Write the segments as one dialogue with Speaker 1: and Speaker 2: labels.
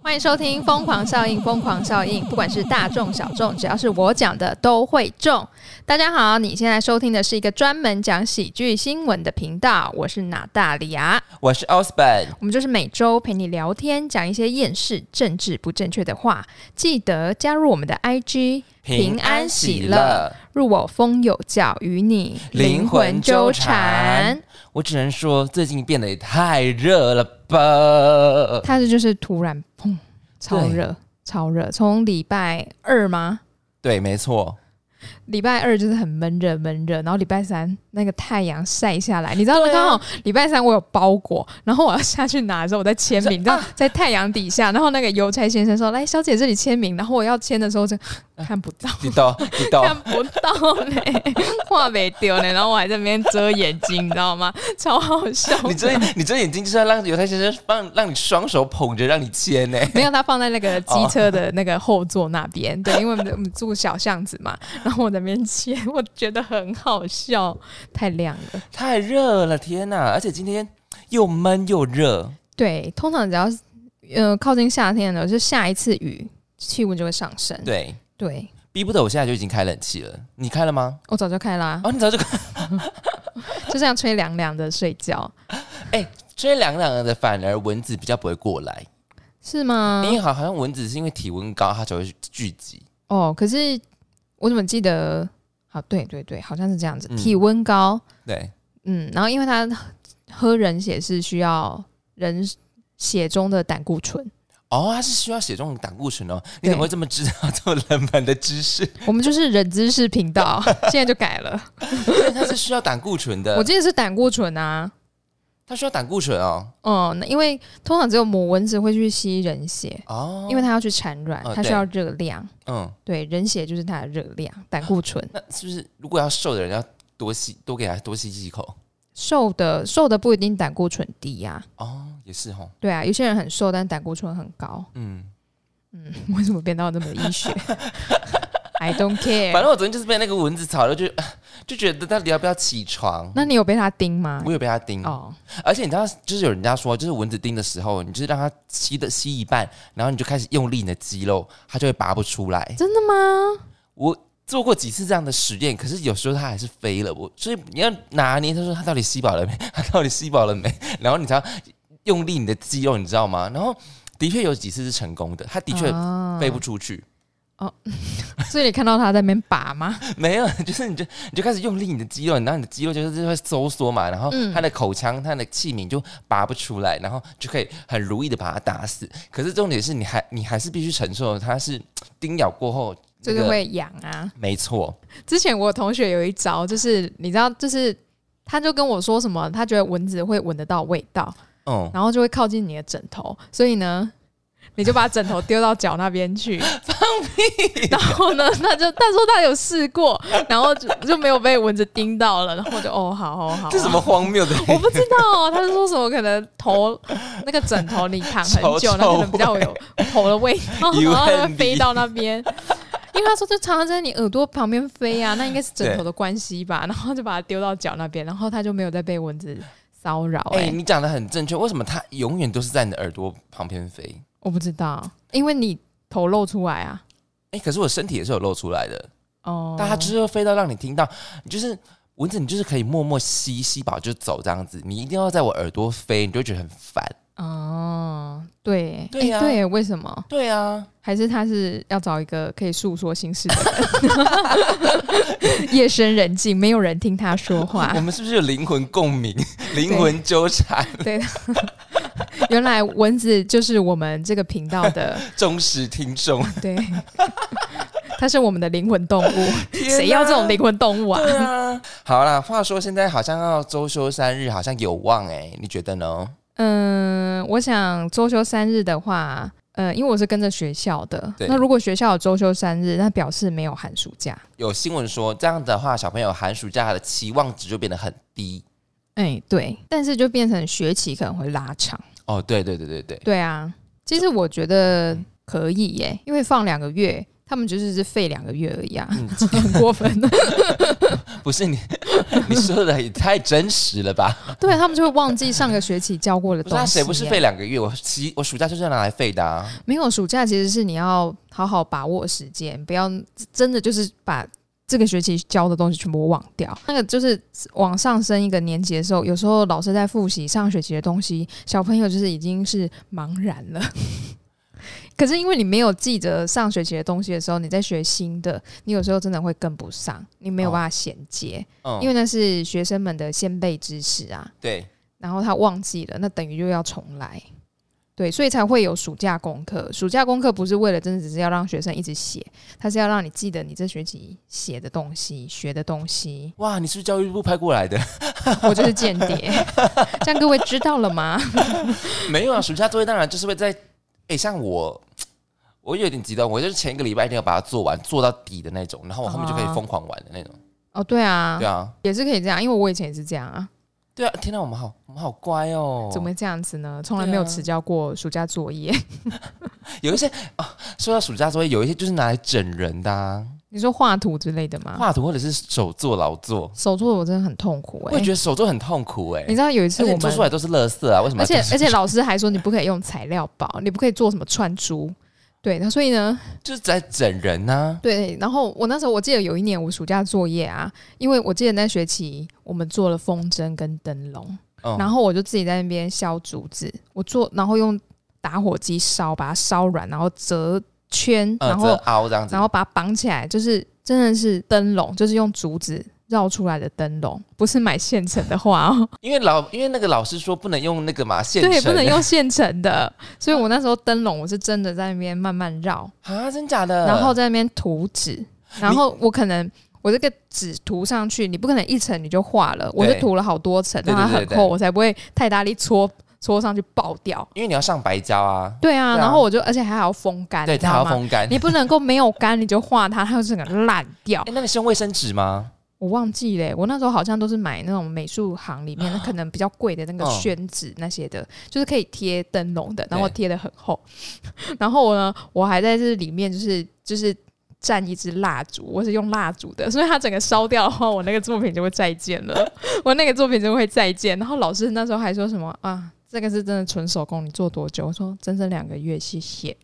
Speaker 1: 欢迎收听《疯狂效应》，疯狂效应，不管是大众小众，只要是我讲的都会中。大家好，你现在收听的是一个专门讲喜剧新闻的频道，我是娜大里亚，
Speaker 2: 我是 Osborn，
Speaker 1: 我们就是每周陪你聊天，讲一些厌世、政治不正确的话。记得加入我们的 IG，
Speaker 2: 平安喜乐，
Speaker 1: 入我风有教，与你
Speaker 2: 灵魂纠缠。我只能说，最近变得也太热了吧？
Speaker 1: 它是就是突然砰，超热，超热。从礼拜二吗？
Speaker 2: 对，没错。
Speaker 1: 礼拜二就是很闷热闷热，然后礼拜三那个太阳晒下来，你知道吗？刚好礼拜三我有包裹，然后我要下去拿的时候我在签名，你知道在太阳底下，然后那个邮差先生说：“来，小姐这里签名。”然后我要签的时候就看不到，
Speaker 2: 你懂，你 懂。
Speaker 1: 看不到 嘞，画没丢嘞，然后我还在那边遮眼睛，你知道吗？超好笑的。
Speaker 2: 你这你这眼睛就是要让犹太先生放，让你双手捧着让你签呢、
Speaker 1: 没有，他放在那个机车的那个后座那边。对，因为我们我们住小巷子嘛，然后我在那边切，我觉得很好笑，太亮了。
Speaker 2: 太热了，天哪！而且今天又闷又热，
Speaker 1: 对，通常只要是呃靠近夏天的，就下一次雨，气温就会上升。
Speaker 2: 对，
Speaker 1: 对，
Speaker 2: 逼不得我现在就已经开冷气了。你开了吗？
Speaker 1: 我早就开啦、
Speaker 2: 哦，你早就开。
Speaker 1: 就这样吹凉凉的睡觉，
Speaker 2: 哎、吹凉凉的，反而蚊子比较不会过来。
Speaker 1: 是吗
Speaker 2: 因？为好好像蚊子是因为体温高，它才会聚集。
Speaker 1: 哦，可是我怎么记得？好，对对对，好像是这样子。
Speaker 2: 嗯
Speaker 1: 体温高，
Speaker 2: 对，
Speaker 1: 嗯，然后因为他喝人血是需要人血中的胆固醇。
Speaker 2: 哦，它是需要血中的胆固醇哦。你
Speaker 1: 对
Speaker 2: 怎么会这么知道这么冷门的 知识？
Speaker 1: 我们就是冷知识频 道，现在就改了。
Speaker 2: 对，它是需要胆固醇
Speaker 1: 我
Speaker 2: 的，
Speaker 1: 记得是胆固醇啊，
Speaker 2: 它需要胆固醇哦。
Speaker 1: 嗯，那因为通常只有母蚊子会去吸人血，
Speaker 2: 哦，
Speaker 1: 因为它要去产卵，
Speaker 2: 哦
Speaker 1: 它需要热量。
Speaker 2: 嗯，
Speaker 1: 对，人血就是它的热量，胆固醇。
Speaker 2: 那是不是如果要瘦的人要多吸多给他多吸几口？
Speaker 1: 瘦的瘦的不一定胆固醇低呀、
Speaker 2: 哦，也是哦。
Speaker 1: 对啊，有些人很瘦，但胆固醇很高。
Speaker 2: 嗯，
Speaker 1: 嗯，为什么变到这么医学？I don't care。
Speaker 2: 反正我昨天就是被那个蚊子吵了，就 就觉得到底要不要起床？
Speaker 1: 那你有被它叮吗？
Speaker 2: 我有被它叮，
Speaker 1: 哦，
Speaker 2: 而且你知道，就是有人家说，就是蚊子叮的时候，你就是让它吸的吸一半，然后你就开始用力你的肌肉，它就会拔不出来。
Speaker 1: 真的吗？
Speaker 2: 我做过几次这样的实验，可是有时候它还是飞了。我所以你要拿捏，他说它到底吸饱了没？ 它到底吸饱了没？然后你才要用力你的肌肉，你知道吗？然后的确有几次是成功的，它的确
Speaker 1: 啊
Speaker 2: 飞不出去。
Speaker 1: 所以你看到它在那边拔吗？
Speaker 2: 没有，就是你就你就开始用力你的肌肉，然后你的肌肉就是就会收缩嘛，然后
Speaker 1: 嗯
Speaker 2: 它的口腔、它的器皿就拔不出来，然后就可以很如意的把它打死。可是重点是你还你还是必须承受它是叮咬过后，
Speaker 1: 就
Speaker 2: 这
Speaker 1: 是
Speaker 2: 个
Speaker 1: 会痒啊。
Speaker 2: 没错，
Speaker 1: 之前我有同学有一招，就是你知道，就是他就跟我说什么，他觉得蚊子会闻得到味道，
Speaker 2: 嗯，
Speaker 1: 然后就会靠近你的枕头，所以呢。 你就把枕头丢到脚那边去，放屁！然后呢， 他就他说他有试过，然后就就没有被蚊子叮到了，然后我就哦，好好好，
Speaker 2: 这什么荒 谬的？
Speaker 1: 我不知道，他是说什么？可能头那个枕头你躺很久，
Speaker 2: 臭臭
Speaker 1: 那可能比较有头的味道，
Speaker 2: You
Speaker 1: 然后它会
Speaker 2: and
Speaker 1: 飞到那边。因为他说就常常在你耳朵旁边飞啊，那应该是枕头的关系吧。然后就把它丢到脚那边，然后它就没有再被蚊子骚扰、
Speaker 2: 哎、
Speaker 1: 哎、
Speaker 2: 你讲的很正确，为什么它永远都是在你的耳朵旁边飞？
Speaker 1: 我不知道，因为你头露出来啊。
Speaker 2: 哎、可是我身体也是有露出来的，
Speaker 1: 哦，
Speaker 2: 但它就是会飞到让你听到，你就是蚊子，你就是可以默默吸吸饱就走这样子，你一定要在我耳朵飞，你就会觉得很烦。
Speaker 1: 哦，对，
Speaker 2: 对呀
Speaker 1: 哎对，为什么？
Speaker 2: 对啊，
Speaker 1: 还是他是要找一个可以诉说心事的 人？夜深人静，没有人听他说话
Speaker 2: 我。们是不是有灵魂共 鸣、灵魂纠缠、
Speaker 1: 对，原来蚊子就是我们这个频道的，
Speaker 2: 忠实听众？
Speaker 1: 对，它是我们的灵魂动物。
Speaker 2: 天哪
Speaker 1: 谁要这种灵？魂动物啊？
Speaker 2: 对啊，好啦，话说现在好像要周休三日，好像有望哎、你觉得呢？
Speaker 1: 嗯，我想周休三日的话，呃，因为我是跟着学校的，
Speaker 2: 对
Speaker 1: 那如果学校有周休三日，那表示没有寒暑假。
Speaker 2: 有新闻说这样的话，小朋友寒暑假的期望值就变得很低。
Speaker 1: 哎，对，但是就变成学期可能会拉长。
Speaker 2: 哦，对对对对对，
Speaker 1: 对啊，其实我觉得可以耶、因
Speaker 2: 嗯
Speaker 1: 为放两个月，他们就是是废两个月而已啊，很过分。
Speaker 2: 不是你， 你说的也太真实了吧？
Speaker 1: 对他们就会忘记上个学期教过的
Speaker 2: 不
Speaker 1: 东
Speaker 2: 是
Speaker 1: 西、
Speaker 2: 啊，谁不是
Speaker 1: 哎
Speaker 2: 废两个月？我其我暑假就是要拿来废的、啊。
Speaker 1: 没有暑假其实是你要好好把握时间，不要真的就是把这个学期教的东西全部忘掉。那个就是往上升一个年级的时候，有时候老师在复习上学期的东西，小朋友就是已经是茫然了。 可是因为你没有记着上学期的东西的时候，你在学新的，你有时候真的会跟不上，你没有
Speaker 2: 哦
Speaker 1: 办法衔接，
Speaker 2: 嗯，
Speaker 1: 因为那是学生们的先辈知识啊。
Speaker 2: 对，。
Speaker 1: 然后他忘记了，那等于又要重来。对，所以才会有暑假功课。暑假功课不是为了真的只是要让学生一直写，它是要让你记得你这学期写的东西、学的东西
Speaker 2: 哇，你是不是教育部派过来的？
Speaker 1: 我就是间谍，这样各位知道了 吗？
Speaker 2: 没有啊，暑假作业当然就是会在，诶，像我，我有点极端，我就是前一个礼拜一定要把它做完，做到底的那种，然后我后面就可以
Speaker 1: 啊
Speaker 2: 疯狂玩的那种。
Speaker 1: 哦，对啊，
Speaker 2: 对啊，
Speaker 1: 也是可以这样，因为我以前也是这样啊。
Speaker 2: 对啊，天哪，我们好，我们好乖哦。
Speaker 1: 怎么会这样子呢？从来没有
Speaker 2: 对啊
Speaker 1: 迟交过暑假作业。
Speaker 2: 有一些啊？说到暑假作业，有一些就是拿来整人的、啊，
Speaker 1: 你说画图之类的吗？
Speaker 2: 画图或者是手作劳作。
Speaker 1: 手作我真的很痛苦
Speaker 2: 我
Speaker 1: 哎、
Speaker 2: 也觉得手作很痛苦哎、
Speaker 1: 你知道有一次
Speaker 2: 而且
Speaker 1: 我
Speaker 2: 做出
Speaker 1: 们
Speaker 2: 来都是垃圾啊，为什么
Speaker 1: 而
Speaker 2: 要这
Speaker 1: 且
Speaker 2: 样？
Speaker 1: 而且老师还说你不可以用材料包，你不可以做什么串珠。对，那所以呢，
Speaker 2: 就是在整人啊呐、
Speaker 1: 对，然后我那时候我记得有一年我暑假作业啊，因为我记得那学期我们做了风筝跟灯笼，
Speaker 2: 啊。嗯
Speaker 1: 然后我就自己在那边削竹子，我做然后用打火机烧，把它烧软，然后折圈，
Speaker 2: 嗯，
Speaker 1: 然
Speaker 2: 这
Speaker 1: 后、
Speaker 2: 凹这样子，
Speaker 1: 然后把它绑起来，就是真的是灯笼，就是用竹子绕出来的灯笼，不是买现成的画哦。
Speaker 2: 因为老因为那个老师说不能用那个嘛现
Speaker 1: 对，
Speaker 2: 成
Speaker 1: 不能
Speaker 2: 的
Speaker 1: 用现成的，所以我那时候灯笼我是真的在那边慢慢绕，
Speaker 2: 啊，真假的？
Speaker 1: 然后在那边涂纸，然后我可能我这个纸涂上去，你不可能一层你就画了，我就涂了好多层，
Speaker 2: 对
Speaker 1: 让它
Speaker 2: 对对
Speaker 1: 很
Speaker 2: 对
Speaker 1: 厚，我才不会太大力搓搓上去爆掉。
Speaker 2: 因为你要上白胶啊，
Speaker 1: 对啊，
Speaker 2: 对啊
Speaker 1: 然后我就而且还要风干，
Speaker 2: 对，
Speaker 1: 你知
Speaker 2: 它还
Speaker 1: 道
Speaker 2: 要
Speaker 1: 吗？
Speaker 2: 风干。
Speaker 1: 你
Speaker 2: 哎、
Speaker 1: 不能够没有干你就画它，它就整个烂掉。
Speaker 2: 那你是用卫生 纸吗？
Speaker 1: 我忘记嘞，我那时候好像都是买那种美术行里面，那可能比较贵的那个
Speaker 2: 嗯
Speaker 1: 宣纸那些的，就是可以贴灯笼的，然后
Speaker 2: 对
Speaker 1: 贴的很厚。 然后呢，我还在这里面就是就是蘸一支蜡烛，我是用蜡烛的，所以它整个烧掉的话，我那个作品就会再见了， 我那个作品就会再见。然后老师那时候还说什么啊？这个是真的纯手工，你做多久？我说整整两个月，谢谢。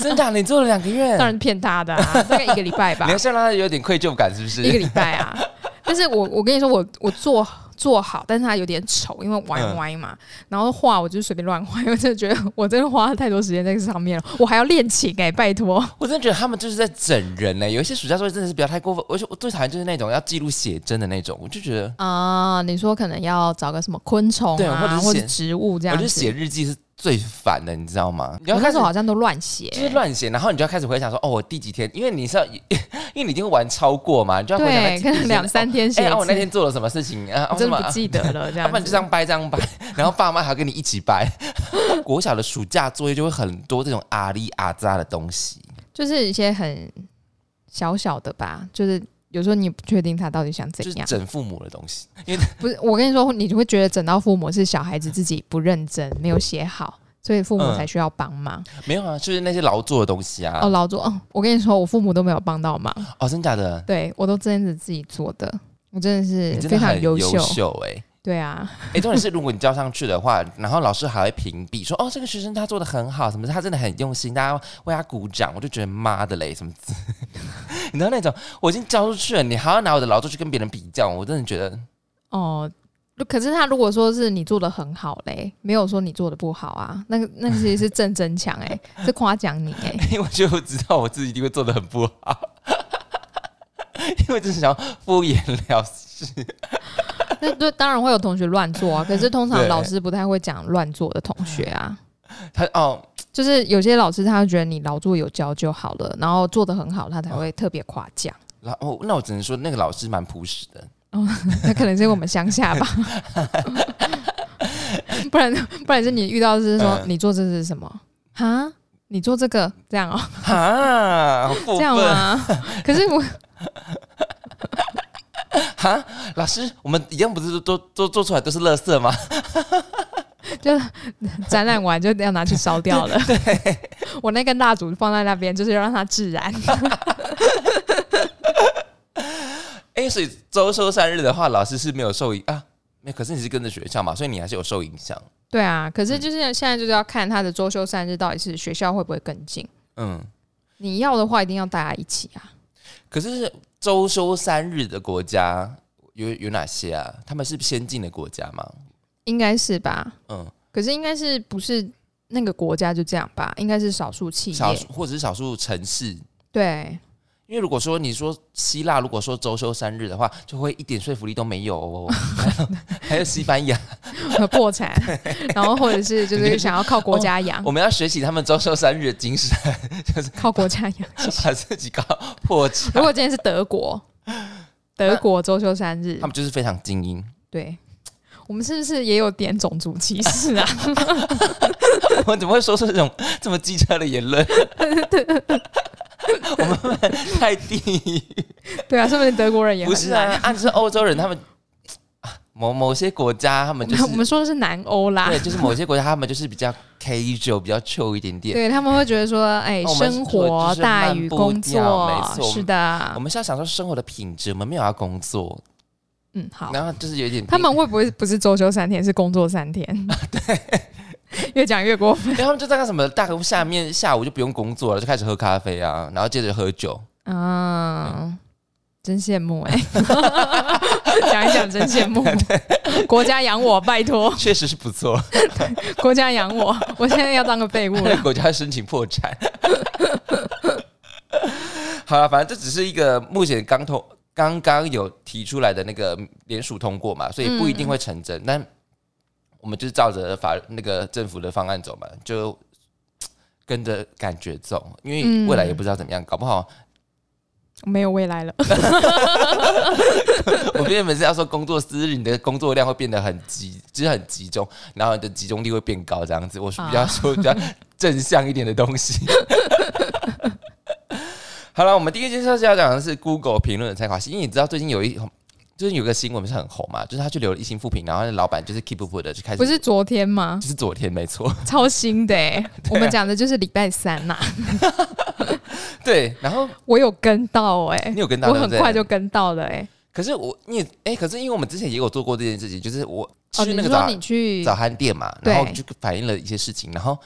Speaker 2: 真假的？你做了两个月，
Speaker 1: 当然是骗他的、啊，大概一个礼拜吧
Speaker 2: 你。要先让他有点愧疚感，是 不
Speaker 1: 一个
Speaker 2: 是？
Speaker 1: 礼拜啊。但是我我跟你说，我我做做好，但是它有点丑，因为歪歪嘛。然后画我就随便乱画， 因为真的觉得我真的花了太多时间在这上面了。我还要练琴哎、拜托。
Speaker 2: 我真的觉得他们就是在整人呢、有一些暑假作业真的是不要太过分，而且我最讨厌就是那种要记录写真的那种，我就觉得，
Speaker 1: 啊、你说可能要找个什么昆虫
Speaker 2: 对
Speaker 1: 啊，
Speaker 2: 或者是
Speaker 1: 或
Speaker 2: 写
Speaker 1: 植物这
Speaker 2: 我
Speaker 1: 样
Speaker 2: 觉得
Speaker 1: 子。
Speaker 2: 写日记是最烦的，你知道吗？你
Speaker 1: 我
Speaker 2: 要
Speaker 1: 那
Speaker 2: 开
Speaker 1: 时
Speaker 2: 始
Speaker 1: 候好像都乱写、
Speaker 2: 就是乱写，然后你就要开始回想说，哦，我第几天？因为你是要， 因为你已经玩超过嘛，你就要回想
Speaker 1: 对，可能两三天写
Speaker 2: 哎、
Speaker 1: 一
Speaker 2: 啊我那
Speaker 1: 次，
Speaker 2: 天做了什么事情啊？啊
Speaker 1: 我真
Speaker 2: 什么
Speaker 1: 的不记 得 了这
Speaker 2: 要
Speaker 1: 样
Speaker 2: 不然就这
Speaker 1: 子。
Speaker 2: 样掰这样掰，然后爸妈还要跟你一起掰。 国小的暑假作业就会很多这种阿里阿扎的东西，
Speaker 1: 就是一些很小小的吧，就是有时候你不确定他到底想怎
Speaker 2: 就是
Speaker 1: 样。
Speaker 2: 整父母的东西。
Speaker 1: 不是，我跟你说，你就会觉得整到父母是小孩子自己不认真，没有写好，所以父母
Speaker 2: 嗯
Speaker 1: 才需要帮忙。
Speaker 2: 没有啊，就是那些劳作的东西啊。
Speaker 1: 哦，
Speaker 2: 哦，
Speaker 1: 老祖，哦，我跟你说，我父母都没有帮到忙，
Speaker 2: 真假的？
Speaker 1: 对我都真的是自己做的，我真的
Speaker 2: 你
Speaker 1: 是
Speaker 2: 真
Speaker 1: 非
Speaker 2: 的
Speaker 1: 常
Speaker 2: 很优
Speaker 1: 秀。
Speaker 2: 哎、
Speaker 1: 对啊，
Speaker 2: 哎、重点是，如果你交上去的话，然后老师还会评比说，哦，这个学生他做的很好，什么他真的很用心，大家为他鼓掌。我就觉得妈的 嘞，什么字？你知道那种我已经交出去了，你还要拿我的劳作去跟别人比较，我真的觉得
Speaker 1: 哦。可是他如果说是你做的很好嘞，没有说你做的不好啊，那个那个其实是正增强 哎、是夸奖你哎、
Speaker 2: 因为我觉得我知道我自己一定会做的很不好， 因为我只是想要敷衍了事。
Speaker 1: 那对当然会有同学乱做啊，可是通常
Speaker 2: 对
Speaker 1: 老师不太会讲乱做的同学啊。
Speaker 2: 他哦，
Speaker 1: 就是有些老师他会觉得你劳作有教就好了，然后做的很好，他才会特别夸 奖。
Speaker 2: 然后哦那我只能说那个老师蛮朴实的。
Speaker 1: 那可能是因为我们乡下 吧，不然不然是你遇到的是说、
Speaker 2: 嗯
Speaker 1: 你做这是什么哈？你做这个这 样哦、
Speaker 2: 哈，好过
Speaker 1: 这样
Speaker 2: 分！
Speaker 1: 吗？ 可是我
Speaker 2: 哈，老师，我们一样不是都都做出来都是垃圾吗？
Speaker 1: 就展览完就要拿去烧掉 了。我那根蜡烛放在那边，就是要让它自燃。
Speaker 2: 哎、哎，所以周休三日的话，老师是没有受影啊。那可是你是跟着学校嘛，所以你还是有受影响。
Speaker 1: 对啊，可是就是现在就是要看他的周休三日到底是学校会不会跟进。
Speaker 2: 嗯，
Speaker 1: 你要的话，一定要大家一起啊。
Speaker 2: 可是周休三日的国家有有哪些啊？他们是先进的国家吗？
Speaker 1: 应该是吧？
Speaker 2: 嗯，
Speaker 1: 可是应该是不是那个国家就这样吧？应该是少数企
Speaker 2: 少
Speaker 1: 业
Speaker 2: 数，或者是少数城市。
Speaker 1: 对，
Speaker 2: 因为如果说你说希腊，如果说周休三日的话，就会一点说服力都没有 哦。还有西班牙，
Speaker 1: 破产，然后或者是就是想要靠国家养，
Speaker 2: 我们要学习他们周休三日的精神，
Speaker 1: 靠国家养。
Speaker 2: 把自己搞破产。
Speaker 1: 如果今天是德 国，德国周休三日
Speaker 2: 他，们就是非常精英，
Speaker 1: 对。我们是不是也有点种族歧视 啊？
Speaker 2: 我怎么会说出这种 这么机车的言 论？我们太低，
Speaker 1: 对啊，说不定德国人也
Speaker 2: 不
Speaker 1: 很
Speaker 2: 是
Speaker 1: 懒
Speaker 2: 啊，按是欧洲人他们啊某某些国家，他们就是
Speaker 1: 我们说的是啊南欧啦，
Speaker 2: 对，就是某些国家他们就是比较 casual，比较 chill 一点点。
Speaker 1: 对他们会觉得说，哎，
Speaker 2: 那我们
Speaker 1: 生
Speaker 2: 就
Speaker 1: 活
Speaker 2: 是
Speaker 1: 大
Speaker 2: 慢
Speaker 1: 于
Speaker 2: 步
Speaker 1: 工
Speaker 2: 调没
Speaker 1: 作，
Speaker 2: 错
Speaker 1: 是
Speaker 2: 我
Speaker 1: 的，
Speaker 2: 们是要享受生活的品质，我们没有要工作，
Speaker 1: 嗯，好。
Speaker 2: 然后就是有一点
Speaker 1: 他们会不会不是周休三天，是工作三天？对，越讲越过分。
Speaker 2: 然后他们就大概什么大概下面下午就不用工作了，就开始喝咖啡啊，然后接着喝酒。
Speaker 1: 嗯，真羡慕 哎、讲一讲真羡慕，国家养我，拜托，
Speaker 2: 确实是不错，
Speaker 1: 国家养我，我现在要当个废物了。
Speaker 2: 国家申请破产。 好了，反正这只是一个目前刚通刚刚有提出来的那个联署通过嘛，所以不一定会成真，但我们就是照着法那个政府的方案走嘛，就跟着感觉走，因为未来也不知道怎么样，搞不好
Speaker 1: 没有未来了，
Speaker 2: 我觉得每次要说工作私日，你的工作量会变得很集，就是很集中，然后你的集中力会变高，这样子。我是
Speaker 1: 啊
Speaker 2: 比较说比较正向一点的东西。 好了，我们第一件事是要讲的是 Google 评论的参考系，因为你知道最近有一就是有个新闻不是很红嘛，就是他去留了一星负评，然后那老板就是 keep up 的就开始，
Speaker 1: 不是昨天吗
Speaker 2: 就？是昨天没错，
Speaker 1: 超新的哎、我们讲的就是礼拜三呐、
Speaker 2: 对，然后
Speaker 1: 我有跟到哎、
Speaker 2: 你有跟他
Speaker 1: 我
Speaker 2: 对不
Speaker 1: 很
Speaker 2: 对
Speaker 1: 快就跟到了哎、
Speaker 2: 可是我你也哎、可是因为我们之前也有做过这件事情，就是我
Speaker 1: 哦，
Speaker 2: 去
Speaker 1: 你
Speaker 2: 那个
Speaker 1: 说
Speaker 2: 早
Speaker 1: 你去
Speaker 2: 早餐店嘛，
Speaker 1: 对
Speaker 2: 然后就反映了一些事情，然后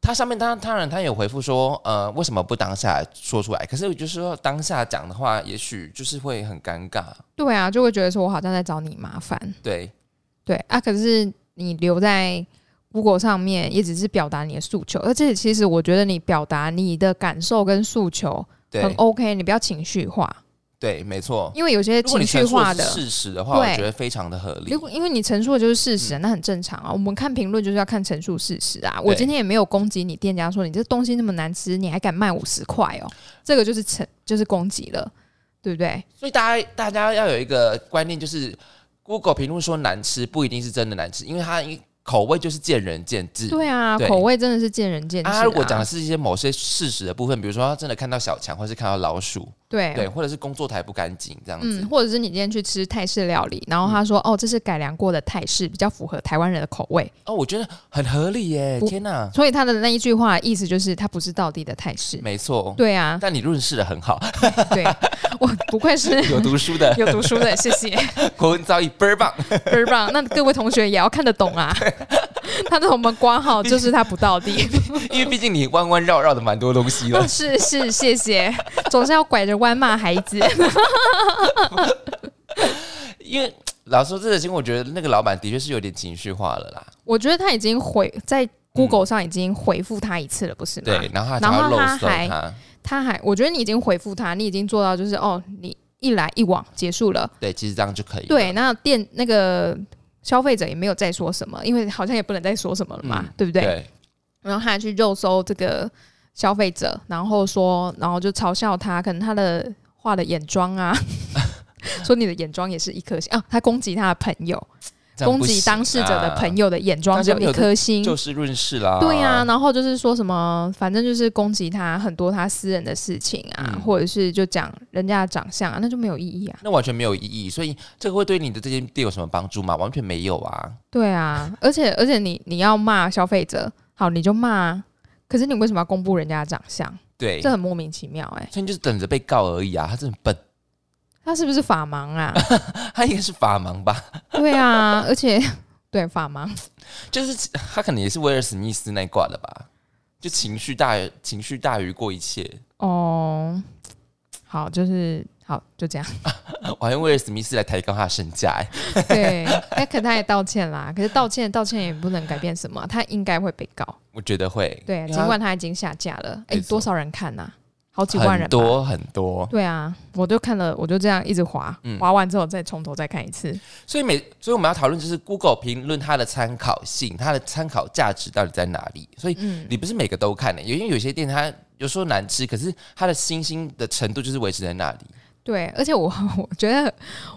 Speaker 2: 他上面当当然他有回复说，呃，为什么不当下说出来？可是我就是说当下讲的话，也许就是会很尴尬，
Speaker 1: 对啊，就会觉得说我好像在找你麻烦，
Speaker 2: 对，
Speaker 1: 对啊，可是你留在 Google 上面也只是表达你的诉求，而且其实我觉得你表达你的感受跟诉求很
Speaker 2: 对，
Speaker 1: OK，你不要情绪化，
Speaker 2: 对，没错。
Speaker 1: 因为有些
Speaker 2: 如果
Speaker 1: 情
Speaker 2: 你
Speaker 1: 绪
Speaker 2: 陈述
Speaker 1: 化的
Speaker 2: 的是。事实的话，我
Speaker 1: 对
Speaker 2: 觉得非常的合理
Speaker 1: 如。果因为你陈述的就是事实啊、那很正常啊。我们看评论就是要看陈述事实啊。我
Speaker 2: 嗯对
Speaker 1: 今天也没有攻击你店家说你这东西那么难吃，你还敢卖五十块哦，这个就是陈就是攻击了，对不对？
Speaker 2: 所以大家大家要有一个观念，就是 Google 评论说难吃，不一定是真的难吃，因为它口味就是见仁见智。
Speaker 1: 对啊，
Speaker 2: 对
Speaker 1: 口味真的是见仁见智、
Speaker 2: 啊，如果讲的是一些某些事实的部分，比如说他真的看到小强，或是看到老鼠，
Speaker 1: 对
Speaker 2: 对，或者是工作台不干净这样子，
Speaker 1: 哦
Speaker 2: 嗯
Speaker 1: 嗯，或者是你今天去吃泰式料理，然后他说、哦，这是改良过的泰式，比较符合台湾人的口味，
Speaker 2: 哦，我觉得很合理耶！
Speaker 1: 不
Speaker 2: 天哪，
Speaker 1: 所以他的那一句话意思就是它不是道地的泰式。
Speaker 2: 没错，
Speaker 1: 对啊，
Speaker 2: 但你论述的很 好，
Speaker 1: 对，我不愧是
Speaker 2: 有读书的
Speaker 1: 有读书的，谢谢，
Speaker 2: 国文造诣倍儿棒，
Speaker 1: 倍儿棒。那各位同学也要看得懂 啊。他的我们挂号就是他不到地，。
Speaker 2: 因为毕竟你弯弯绕绕的蛮多东西 了
Speaker 1: 是是，谢谢，总是要拐着弯骂孩子。
Speaker 2: 因为老实说这个新闻，我觉得那个老板的确是有点情绪化了啦，
Speaker 1: 我觉得他已经回在 Google 上已经回复他一次了，不是吗？
Speaker 2: 对，然后他
Speaker 1: 然
Speaker 2: 才
Speaker 1: 后
Speaker 2: 要
Speaker 1: 他
Speaker 2: 漏搜
Speaker 1: 还
Speaker 2: 他，
Speaker 1: 他还，我觉得你已经回复他，你已经做到就是哦，你一来一往结束了。
Speaker 2: 对，其实这样就可以了。
Speaker 1: 对，那店那个消费者也没有再说什么，因为好像也不能再说什么了嘛，
Speaker 2: 嗯
Speaker 1: 对不对？
Speaker 2: 对，
Speaker 1: 然后他还去肉搜这个消费者，然后说，然后就嘲笑他，可能他的画的眼妆 啊，说你的眼妆也是一颗星啊，他攻击他的朋友，
Speaker 2: 这样
Speaker 1: 攻
Speaker 2: 不
Speaker 1: 击
Speaker 2: 行
Speaker 1: 当事者的
Speaker 2: 啊
Speaker 1: 朋友的眼妆
Speaker 2: 大
Speaker 1: 只
Speaker 2: 家
Speaker 1: 有
Speaker 2: 没有
Speaker 1: 一颗星，
Speaker 2: 就事论事啦。
Speaker 1: 对啊呀、然后就是说什么，反正就是攻击他很多他私人的事情啊，
Speaker 2: 嗯
Speaker 1: 或者是就讲人家的长相啊，那就没有意义啊。
Speaker 2: 那完全没有意义，所以这个会对你的这间店有什么帮助吗？完全没有啊！
Speaker 1: 对啊，而且而且你你要骂消费者，好你就骂、啊，可是你为什么要公布人家的长相？
Speaker 2: 对，
Speaker 1: 这
Speaker 2: 所
Speaker 1: 很莫名其妙哎、
Speaker 2: 以你就是等着被告而已啊！他真的很笨，
Speaker 1: 他是不是法盲啊？
Speaker 2: 他应该是法盲吧？
Speaker 1: 对啊，而且对法盲，
Speaker 2: 就是他可能也是威尔史密斯那一挂的吧？就情绪大于情绪大于过一切。
Speaker 1: 哦，好，就是好，就这样。
Speaker 2: 我还用威尔史密斯来抬高他的身价、欸，
Speaker 1: 对，那可他也道歉啦，可是道歉道歉也不能改变什么，他应该会被告。
Speaker 2: 我觉得会。
Speaker 1: 对，
Speaker 2: 因为
Speaker 1: 尽
Speaker 2: 他
Speaker 1: 管他已经下架了，哎、
Speaker 2: 啊没错
Speaker 1: 多少人看呐、好几万人吧。
Speaker 2: 很多很多，
Speaker 1: 对啊，我就看了，我就这样一直滑，
Speaker 2: 嗯
Speaker 1: 滑完之后再从头再看一次。
Speaker 2: 所以每所以我们要讨论就是 Google 评论它的参考性，它的参考价值到底在哪里？所以
Speaker 1: 嗯，
Speaker 2: 你不是每个都看的、因为有些店它有时候难吃，可是它的星星的程度就是维持在那里。
Speaker 1: 对，而且我 我觉得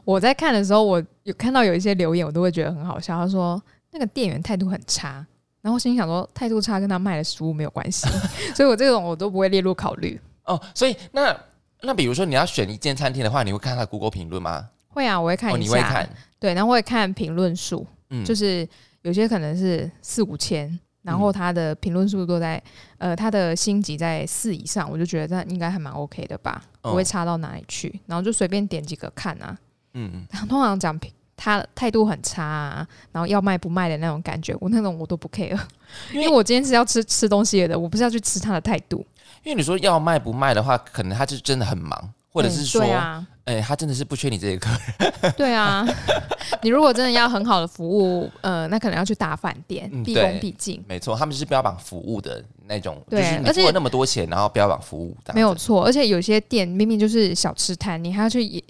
Speaker 1: 我在看的时候，我有看到有一些留言，我都会觉得很好笑。他说那个店员态度很差，然后我心里想说态度差跟他卖的食物没有关系， 所以我这种我都不会列入考虑。
Speaker 2: 哦，所以那那比如说你要选一间餐厅的话，你会看它的 Google 评论吗？
Speaker 1: 会啊，我会看
Speaker 2: 哦，
Speaker 1: 一
Speaker 2: 你
Speaker 1: 下，
Speaker 2: 会看，
Speaker 1: 对，然后会看评论数，
Speaker 2: 嗯，
Speaker 1: 就是是有些可能是四五千，然
Speaker 2: 嗯
Speaker 1: 后他的评论数都在，呃，他的星级在四以上，我就觉得那应该还蛮 OK 的吧，
Speaker 2: 哦
Speaker 1: 不会差到哪里去。然后就随便点几个看啊，
Speaker 2: 嗯嗯，
Speaker 1: 通常讲评他态度很差啊，然后要卖不卖的那种感觉，我那种我都不 care，因
Speaker 2: 因为
Speaker 1: 为我今天是要吃吃东西的，我不是要去吃他的态度，
Speaker 2: 因为你说要卖不卖的话，可能他就真的很忙，或者是
Speaker 1: 嗯
Speaker 2: 说，
Speaker 1: 对
Speaker 2: 哎、
Speaker 1: 啊，
Speaker 2: 他真的是不缺你这一个。
Speaker 1: 对 啊，你如果真的要很好的服务，呃，那可能要去大饭店，
Speaker 2: 嗯
Speaker 1: 毕
Speaker 2: 对
Speaker 1: 恭毕敬。
Speaker 2: 没错，他们是标榜服务的那种，就
Speaker 1: 对
Speaker 2: 是你
Speaker 1: 而且
Speaker 2: 付了那么多钱，然后标榜服务，这样子
Speaker 1: 没有错，而且有些店明明就是小吃摊，你还要去 也